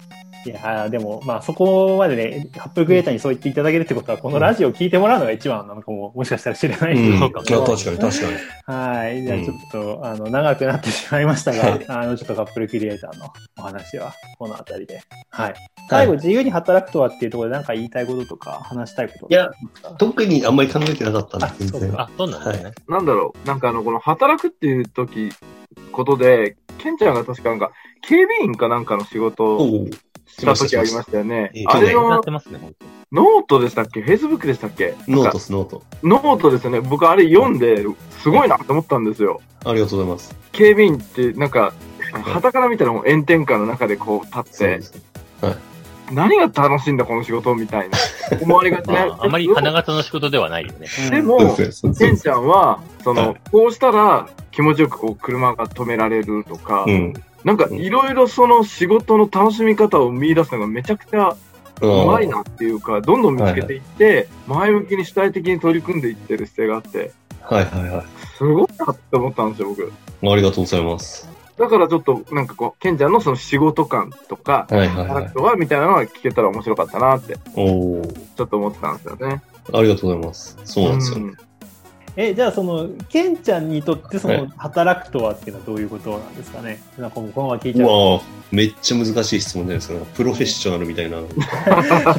Speaker 1: いやーでも、まあそこまでね、カップルクリエイターにそう言っていただけるってことは、このラジオを聞いてもらうのが一番なのかも、もしかしたら知れない
Speaker 4: 多分。
Speaker 1: け
Speaker 4: うん。
Speaker 1: ど
Speaker 2: そ
Speaker 4: あ
Speaker 2: うか
Speaker 4: 確かに確かに。
Speaker 1: はい。じゃあ
Speaker 4: うん
Speaker 1: ちょっと、あの、長くなってしまいましたが、
Speaker 4: はい
Speaker 1: あの、ちょっとカップルクリエイターのお話は、このあたりで。はい。最後、自由に働くとはっていうところで何か言いたいこととか、話したいこととか
Speaker 4: いや、特にあんまり考えてなかったんで
Speaker 1: あ、
Speaker 4: 全然。
Speaker 2: あ、そうなんですね。
Speaker 3: なんだろう、なんかあの、この働くっていう時、ことで、ケンちゃんが確かなんか、警備員かなんかの仕事を
Speaker 4: おう
Speaker 3: した時ありましたよね
Speaker 4: し。まし
Speaker 3: あ
Speaker 4: た
Speaker 2: 去
Speaker 3: れ
Speaker 2: 年やっ
Speaker 3: の
Speaker 2: てますね、本当に
Speaker 3: ノートでしたっけフェイスブックでしたっけ
Speaker 4: ノ
Speaker 3: な
Speaker 4: ー
Speaker 3: ん
Speaker 4: ト
Speaker 3: か
Speaker 4: スノート。
Speaker 3: ノートですよね。僕あれ読んで、すごいなと思ったんですよ。
Speaker 4: ありがとうございます。
Speaker 3: 警備員って、なんか、傍から見たらもう炎天下の中でこう立
Speaker 4: そう
Speaker 3: って
Speaker 4: で、すね。
Speaker 3: 何が楽しいんだこの仕事みたいな思われがち
Speaker 2: ま
Speaker 3: な。
Speaker 2: あ、あまり花形の仕事ではないよね。
Speaker 3: で
Speaker 1: うん
Speaker 3: も、
Speaker 4: そうです
Speaker 3: ケ
Speaker 4: ね
Speaker 3: ンちゃんは、その、
Speaker 4: は
Speaker 3: こうしたら気持ちよくこう車が止められるとか、
Speaker 4: うん。
Speaker 3: なんかいろいろその仕事の楽しみ方を見出すのがめちゃくちゃうまいなっていうか、どんどん見つけていって、前向きに主体的に取り組んでいってる姿勢があって、
Speaker 4: はいはいはい。
Speaker 3: すごいなって思ったんですよ、僕。
Speaker 4: ありがとうございます。
Speaker 3: だからちょっと、なんかこう、ケンちゃんのその仕事感とか、
Speaker 4: はいはい
Speaker 3: キャ
Speaker 4: は
Speaker 3: ラ
Speaker 4: い
Speaker 3: ク。ターはみたいなのが聞けたら面白かったなって、
Speaker 4: おお。
Speaker 3: ちょっと思ってたんですよね。
Speaker 4: ありがとうございます。そうなんですよ。
Speaker 3: うん
Speaker 1: え、じゃあその、ケンちゃんにとってそ
Speaker 4: は
Speaker 1: の、
Speaker 4: い
Speaker 1: 働くとはっていうのはどういうことなんですかねなんかもうこのまま聞いうちゃう。
Speaker 4: わあめっちゃ難しい質問じゃないですか。なんかプロフェッショナルみたいな。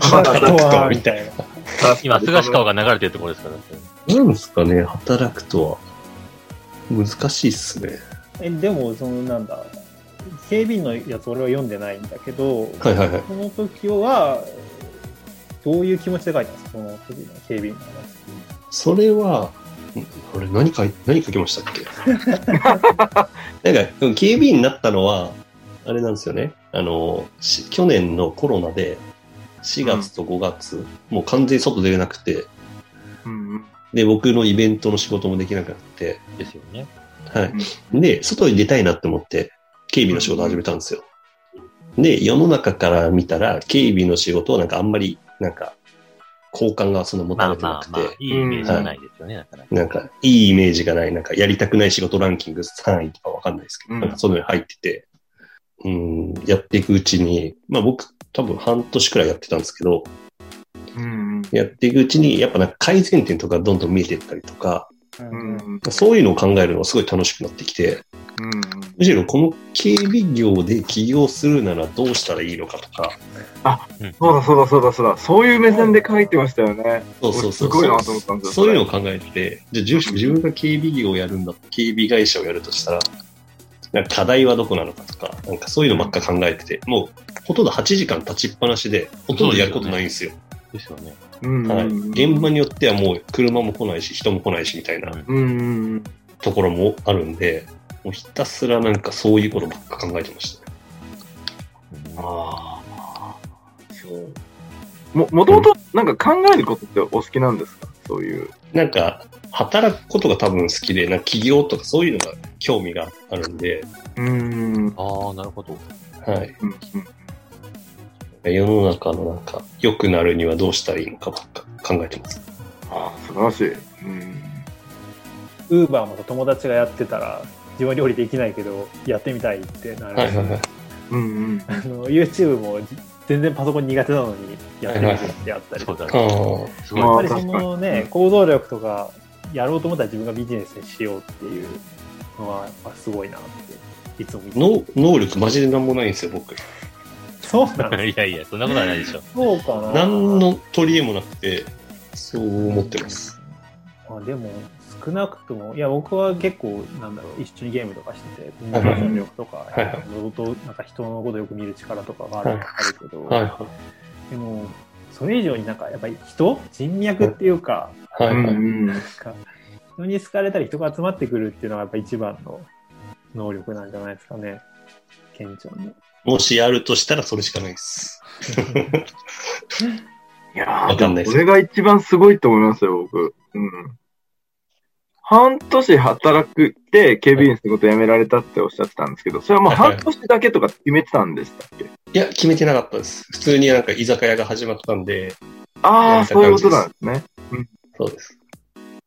Speaker 1: 働くとは
Speaker 4: み
Speaker 1: み
Speaker 4: た
Speaker 1: たいな。
Speaker 2: 今、菅氏顔が流れてるところですから。
Speaker 4: なんですかね、働くとは。難しいっすね。
Speaker 1: え、でも、その、なんだ、警備員のやつ俺は読んでないんだけど、
Speaker 4: はいはいはい。
Speaker 1: その時は、どういう気持ちで書いたんですかその時の警備員の話。
Speaker 4: それは、んあれ何か、何書きましたっ けなんか、警備員になったのは、あれなんですよね。あの、し去年のコロナで、4月と5月、もう完全に外出れなくて、
Speaker 3: うん
Speaker 4: で、僕のイベントの仕事もできなくなって、
Speaker 2: ですよね。
Speaker 4: はい。で、外に出たいなって思って、警備の仕事を始めたんですよ。で、世の中から見たら、警備の仕事はなんかあんまり、なんか、好感がそんな持
Speaker 2: ま
Speaker 4: た
Speaker 2: あ
Speaker 4: れてな
Speaker 2: まあ
Speaker 4: くて、
Speaker 2: まあ、いいイメージはないですよね、だから。
Speaker 4: なんか、いいイメージがない、なんか、やりたくない仕事ランキング3位とかわかんないですけど、
Speaker 3: うん
Speaker 4: なんか、そのように入ってて、うん、やっていくうちに、まあ僕、多分半年くらいやってたんですけど、
Speaker 3: うん
Speaker 4: やっていくうちに、やっぱなんか改善点とかどんどん見えてったりとか、
Speaker 3: うんうんうん
Speaker 4: そういうのを考えるのがすごい楽しくなってきて、むしろこの警備業で起業するならどうしたらいいのかとか、
Speaker 3: そうだそうだそうだそうだ、そういう目線で書いてましたよね。
Speaker 4: そうそうそう。
Speaker 3: すごいなと思ったんですよ
Speaker 4: そういうのを考えて、じゃあ住所自分が警備業をやるんだ、警備会社をやるとしたら、なんか課題はどこなのかとか、なんかそういうのばっか考えてて、もうほとんど8時間立ちっぱなしで、ほとんどやることないんですよ。
Speaker 2: ですよね。
Speaker 3: うん
Speaker 4: はい。現場
Speaker 3: に。
Speaker 4: によってはもう車も来ないし、人も来ないしみたいな
Speaker 3: うんうん
Speaker 4: ところもあるんで、もうひたすらなんかそういうことばっか考えてましたね。
Speaker 2: うん
Speaker 4: あ
Speaker 3: うん。も、もともとなんか考えることってお好きなんですかそういう。
Speaker 4: なんか、働くことが多分好きで、なんか起業とかそういうのが興味があるんで、
Speaker 3: うん。
Speaker 2: ああ、なるほど。
Speaker 4: はい。
Speaker 3: うん
Speaker 4: 世の中のなんか良くなるにはどうしたらいいのかばっか考えてます。
Speaker 3: ああ、素晴らしい。うん。
Speaker 1: ウーバーも友達がやってたら、自分料理できないけど、やってみたいってなる。
Speaker 4: はいはいはい。
Speaker 3: うんうん。
Speaker 1: あの YouTube も全然パソコン苦手なのにやってみるってやったり
Speaker 2: そ
Speaker 1: と
Speaker 2: う
Speaker 1: か、
Speaker 2: だ
Speaker 4: あ
Speaker 2: ね。
Speaker 4: あ。
Speaker 2: すごい。
Speaker 3: まあ
Speaker 1: やっぱりそのね、行動力とか、やろうと思ったら自分がビジネスにしようっていうのは、やっぱすごいなって、いつも見て
Speaker 4: 能能力マジでなんもないんですよ、僕。
Speaker 1: そうなの
Speaker 2: いやいや、そんなことはないでしょ。
Speaker 1: そうかな。
Speaker 4: 何の取り柄もなくて、そう思ってます。
Speaker 1: まあ、でも、少なくとも、いや、僕は結構、なんだろう、一緒にゲームとかしてて、コミュニケーション力とか、
Speaker 4: いはい
Speaker 1: 相当、なんか人のことよく見る力とかがあるあるけど、
Speaker 4: はいは
Speaker 1: でも、それ以上になんか、やっぱり人人脈っていうか、
Speaker 4: い。はいは
Speaker 3: う
Speaker 4: い。
Speaker 3: んうん。
Speaker 1: なんか人に好かれたり人が集まってくるっていうのがやっぱ一番の能力なんじゃないですかね。ケンちゃんの。
Speaker 4: もしやるとしたらそれしかない です。
Speaker 3: いや
Speaker 4: わかんない
Speaker 3: ー、
Speaker 4: です
Speaker 3: これが一番すごいと思いますよ、僕。うん。半年働くって、警備員仕事辞められたっておっしゃってたんですけど、それはもう半年だけとか決めてたんでしたっけ
Speaker 4: いや、決めてなかったです。普通になんか居酒屋が始まったんで、
Speaker 3: ああ、
Speaker 4: やめた
Speaker 3: そういうこ
Speaker 4: 感じです
Speaker 3: となんですね。
Speaker 4: そうです。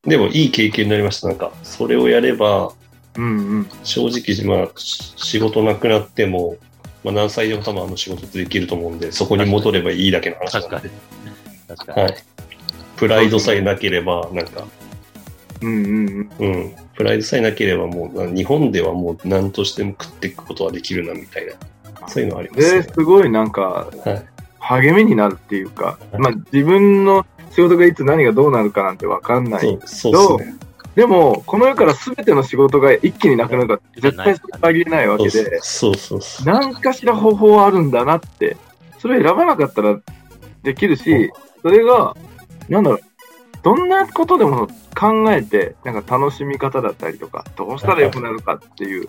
Speaker 4: でもいい経験になりました。なんか、それをやれば、
Speaker 3: うんうん。
Speaker 4: 正直、まあ、し仕事なくなっても、まあ、何歳でも多分あの仕事ってできると思うんで、そこに戻ればいいだけの話なん
Speaker 2: 確
Speaker 4: で
Speaker 2: かに。確かに。
Speaker 4: はい。プライドさえなければ、なんか、
Speaker 3: うんうんうん。
Speaker 4: うん。プライドさえなければ、もう、な日本ではもう何としても食っていくことはできるな、みたいな。そういうのはありま
Speaker 3: です
Speaker 4: ね。
Speaker 3: すごいなんか、
Speaker 4: はい
Speaker 3: 励みになるっていうか、
Speaker 4: はい
Speaker 3: まあ自分の仕事がいつ何がどうなるかなんてわかんな
Speaker 4: そ
Speaker 3: い。
Speaker 4: う、そうですね。
Speaker 3: でも、この世から全ての仕事が一気になくなるかって絶対それはありえないわ
Speaker 4: そう
Speaker 3: け
Speaker 4: そう
Speaker 3: で、
Speaker 4: そうそうそう。
Speaker 3: 何かしら方法はあるんだなって、それを選ばなかったらできるし、それが、なんだろう、どんなことでも考えて、なんか楽しみ方だったりとか、どうしたら良くなるかっていう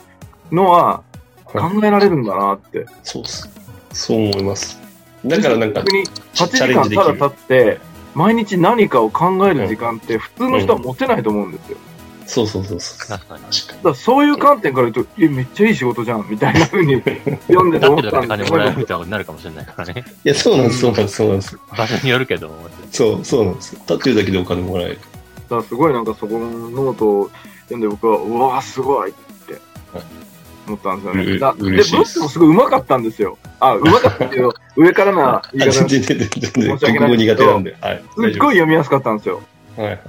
Speaker 3: のは考えられるんだなって。
Speaker 4: そうっす。そう思います。だからなんか、
Speaker 3: 逆に
Speaker 4: チ
Speaker 3: 8時
Speaker 4: ャレン
Speaker 3: 間
Speaker 4: ジで
Speaker 3: た
Speaker 4: き
Speaker 3: だ経
Speaker 4: る。
Speaker 3: って、毎日何かを考える時間って普通の人は持てないと思うんですよ。
Speaker 4: そうそうそうそう。
Speaker 2: 確かに。
Speaker 4: 確か
Speaker 3: だからそういう観点から言うと、え、めっちゃいい仕事じゃん、みたいな風に読んで
Speaker 2: 立
Speaker 3: て
Speaker 2: って
Speaker 3: 思っ
Speaker 2: るだ
Speaker 3: た
Speaker 2: け
Speaker 3: んで
Speaker 2: 金
Speaker 3: す
Speaker 2: も
Speaker 3: け
Speaker 2: らえ
Speaker 3: ど
Speaker 2: るみたいなことになるかもしれないからね。
Speaker 4: いや、そうなんです、そうなんです、そうなんです。
Speaker 2: 場所によるけど、
Speaker 4: そう、そうなんです。立ってるだけでお金もらえる。
Speaker 3: だからすごいなんかそこのノートを読んで僕は、うわーすごいって思ったんですよ
Speaker 4: う
Speaker 3: ね。だで、文
Speaker 4: 嬉しいです
Speaker 3: 章もすごいうまかったんですよ。あ、うまかったけど、上からな
Speaker 4: あ
Speaker 3: 言い
Speaker 4: 全
Speaker 3: 方、すっ
Speaker 4: 然、全然、全然、
Speaker 3: 申し訳
Speaker 4: 国
Speaker 3: ないで
Speaker 4: 語
Speaker 3: すけ
Speaker 4: 苦
Speaker 3: ど
Speaker 4: 手なんで。はい。
Speaker 3: ごい
Speaker 4: 大丈夫で
Speaker 3: 読みやすかったんですよ。
Speaker 4: すはい。
Speaker 3: だか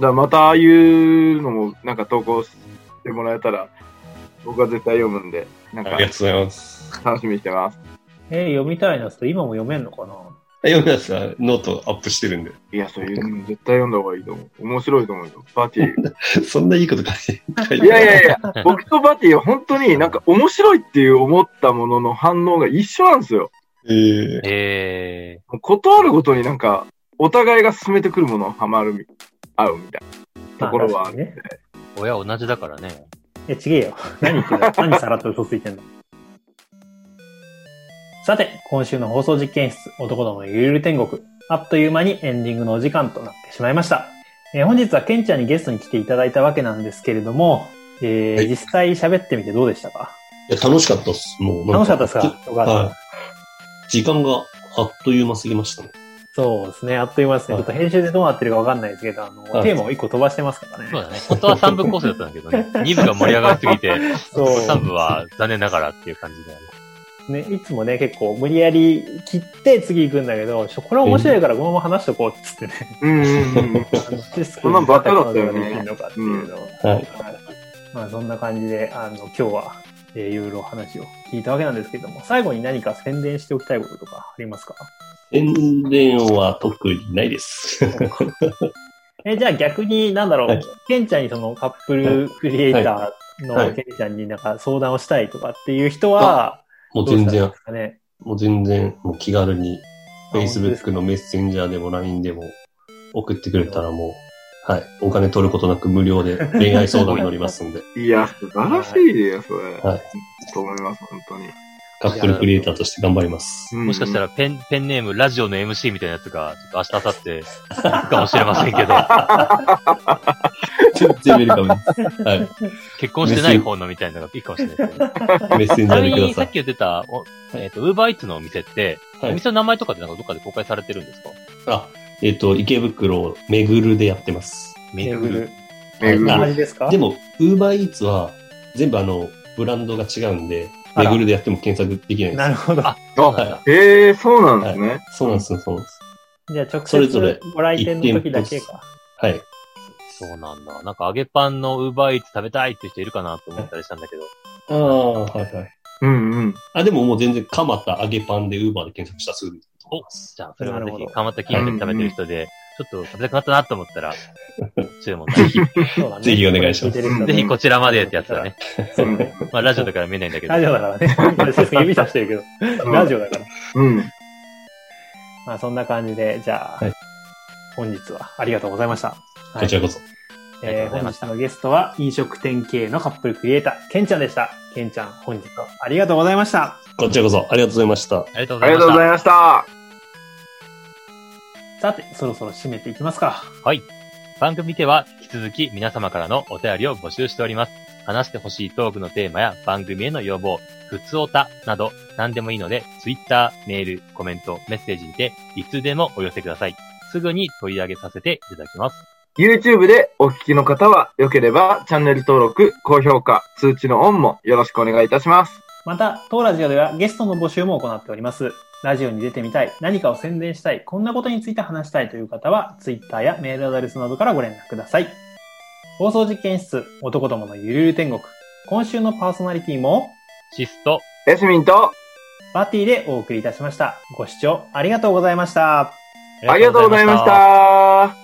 Speaker 3: らまたああいうのもなんか投稿してもらえたら、僕は絶対読むんで、なん
Speaker 4: あ
Speaker 3: か
Speaker 4: りがとうございます。
Speaker 3: 楽しみにしてます。
Speaker 1: えー読みたいなって今も読めんのかな
Speaker 4: 読みますノートアップしてるんで。
Speaker 3: いや、そういうの絶対読んだ方がいいと思う。面白いと思うよ。バテ ィ。
Speaker 4: そんないいこと書いてな
Speaker 3: い
Speaker 4: い。
Speaker 3: やいや いや、僕とバティは本当になんか面白いっていう思ったものの反応が一緒なんですよ。
Speaker 4: えー
Speaker 2: え
Speaker 3: もう断るごとになんか、お互いが進めてくるものをハマるみ、合うみたいなところ
Speaker 1: まあ
Speaker 3: はあ
Speaker 1: 確
Speaker 3: る。
Speaker 1: かにね。
Speaker 2: ー、親同じだからね。
Speaker 1: いや、ちげえよ。何言ってんだ。何さらっと嘘ついてんだ。さて、今週の放送実験室、男どものゆるゆる天国。あっという間にエンディングのお時間となってしまいました。えー本日はケンちゃんにゲストに来ていただいたわけなんですけれども、えー
Speaker 4: はい
Speaker 1: 実際喋ってみてどうでしたか
Speaker 4: いや楽しかったっす。もうなん
Speaker 1: 楽しかったですかよかった
Speaker 4: はい。時間があっという間すぎましたね。
Speaker 1: そうですね。あっという間ですね。ち
Speaker 4: は
Speaker 1: ょ
Speaker 4: い
Speaker 1: っと編集でどうなってるかわかんないですけど、あの、
Speaker 4: はい
Speaker 1: テーマを一個飛ばしてますからね。
Speaker 2: そうだね。本当は3部構成だったんだけどね。2部が盛り上がりすぎて、
Speaker 1: そう
Speaker 2: 3部は残念ながらっていう感じで。
Speaker 1: ね、いつもね、結構無理やり切って次行くんだけど、ちょこれ面白いからこのまま話しとこうっつってね。
Speaker 3: うんうんうん。
Speaker 1: そ
Speaker 3: そんなんばっかだったよね
Speaker 1: のかっていうのを
Speaker 4: うんはい
Speaker 1: まあそんな感じで、あの、今日は、えーいろいろお話を聞いたわけなんですけども、最後に何か宣伝しておきたいこととかありますか
Speaker 4: 宣伝は特にない です。
Speaker 1: え、じゃあ逆になんだろう、
Speaker 4: はい
Speaker 1: ケンちゃんにそのカップルクリエイター
Speaker 4: は
Speaker 1: の
Speaker 4: い
Speaker 1: ケンちゃんになんか相談をしたいとかっていう人は、
Speaker 4: もう
Speaker 1: どうした
Speaker 4: 全
Speaker 1: らいい
Speaker 4: 然
Speaker 1: です、かね。
Speaker 4: もう全然、もう気軽に、
Speaker 1: あ本当です
Speaker 4: Facebook のメッセンジャーでも LINE でも送ってくれたらもう、はい。お金取ることなく無料で恋愛相談に乗りますんで、
Speaker 3: いや、素晴らしいよ、それ。
Speaker 4: はい
Speaker 3: と思います、本当に。
Speaker 4: カップルクリエイターとして頑張ります。
Speaker 2: もしかしたらペン、ペンネーム、ラジオの MC みたいなやつが、ちょっと明日、明後日、行くかもしれませんけど、
Speaker 4: 全然ウェルカムです。はい。
Speaker 2: 結婚してない方のみたいなのがいいかもしれないですね。
Speaker 4: メッセン
Speaker 2: ち
Speaker 4: ジャ
Speaker 2: な
Speaker 4: ー
Speaker 2: み
Speaker 4: でくだ
Speaker 2: に、さ
Speaker 4: さ
Speaker 2: っき言ってた、おえっ、と、ウーバーイーツのお店って、
Speaker 4: い。は
Speaker 2: お
Speaker 4: い、
Speaker 2: 店の名前とかってなんかどっかで公開されてるんですか
Speaker 4: あ、えっ、と、池袋、めぐるでやってます。
Speaker 1: めぐる。
Speaker 3: め
Speaker 1: こん
Speaker 3: ぐ
Speaker 1: な
Speaker 3: る。
Speaker 1: 感じですか
Speaker 4: でも、ウーバーイーツは全部あの、ブランドが違うんで、
Speaker 1: あ
Speaker 4: め
Speaker 1: ら
Speaker 4: ぐるでやっても検索できないんで
Speaker 1: なるほど。
Speaker 2: あ
Speaker 3: あ、へえ、そうなんですね。
Speaker 4: す。そうなんですよ、そうなんです。
Speaker 1: じゃあ直
Speaker 4: それぞれ
Speaker 1: 接ご来店の時だけ
Speaker 4: 一店
Speaker 1: か。
Speaker 4: はい。
Speaker 2: そうなんだ。なんか揚げパンのウーバーイーツ食べたいって人いるかなと思ったりしたんだけど。
Speaker 4: ああ、はいはい。
Speaker 3: うんうん。
Speaker 4: あ、でももう全然、蒲田揚げパンでウーバーで検索したらすぐ出てくると思います。
Speaker 2: じゃあ、それは
Speaker 1: な
Speaker 2: ぜ
Speaker 1: るほ
Speaker 2: ひ、
Speaker 1: ど
Speaker 2: 蒲田金で食べてる人で、ちょっと食べたくなったなと思ったら、注文ぜひ、
Speaker 1: そうだね
Speaker 4: ぜひお願いします
Speaker 1: 聞てる人はね
Speaker 2: ぜひこちらまでってやつだね。
Speaker 3: うん
Speaker 2: まあ、ラジオだから見えないんだけど
Speaker 1: ラ。ジオだから ね。今先生指さしてるけど、 ラジオだから。
Speaker 3: うん。
Speaker 1: まあそんな感じで、じゃあ、
Speaker 4: はい
Speaker 1: 本日はありがとうございました。はい
Speaker 4: こちらこそ。
Speaker 2: ありがと
Speaker 1: えー
Speaker 2: うござい
Speaker 1: 本
Speaker 2: ま
Speaker 1: 日のゲストは飲食店系のカップルクリエイター、ケンちゃんでした。ケンちゃん、本日はありがとうございました。
Speaker 4: こちらこそ、ありがとうございました。
Speaker 2: ありがとうご
Speaker 3: あ
Speaker 2: ざ
Speaker 3: り
Speaker 2: い
Speaker 3: が
Speaker 2: ま
Speaker 3: と
Speaker 2: した
Speaker 3: うござ。いました。
Speaker 1: さて、そろそろ締めていきますか。
Speaker 2: はい。番組では引き続き皆様からのお便りを募集しております。話してほしいトークのテーマや番組への要望、普通おたなど何でもいいので、Twitter、メール、コメント、メッセージにていつでもお寄せください。すぐに取り上げさせていただきます。
Speaker 3: YouTube でお聞きの方は、良ければチャンネル登録、高評価、通知のオンもよろしくお願いいたします。
Speaker 1: また、当ラジオではゲストの募集も行っております。ラジオに出てみたい、何かを宣伝したい、こんなことについて話したいという方は、Twitter やメールアドレスなどからご連絡ください。放送実験室、男どものゆるゆる天国。今週のパーソナリティも、
Speaker 2: シスト、
Speaker 3: ヤシミンと、
Speaker 1: バティでお送りいたしました。ご視聴ありがとうございました。
Speaker 3: ありがとうございました。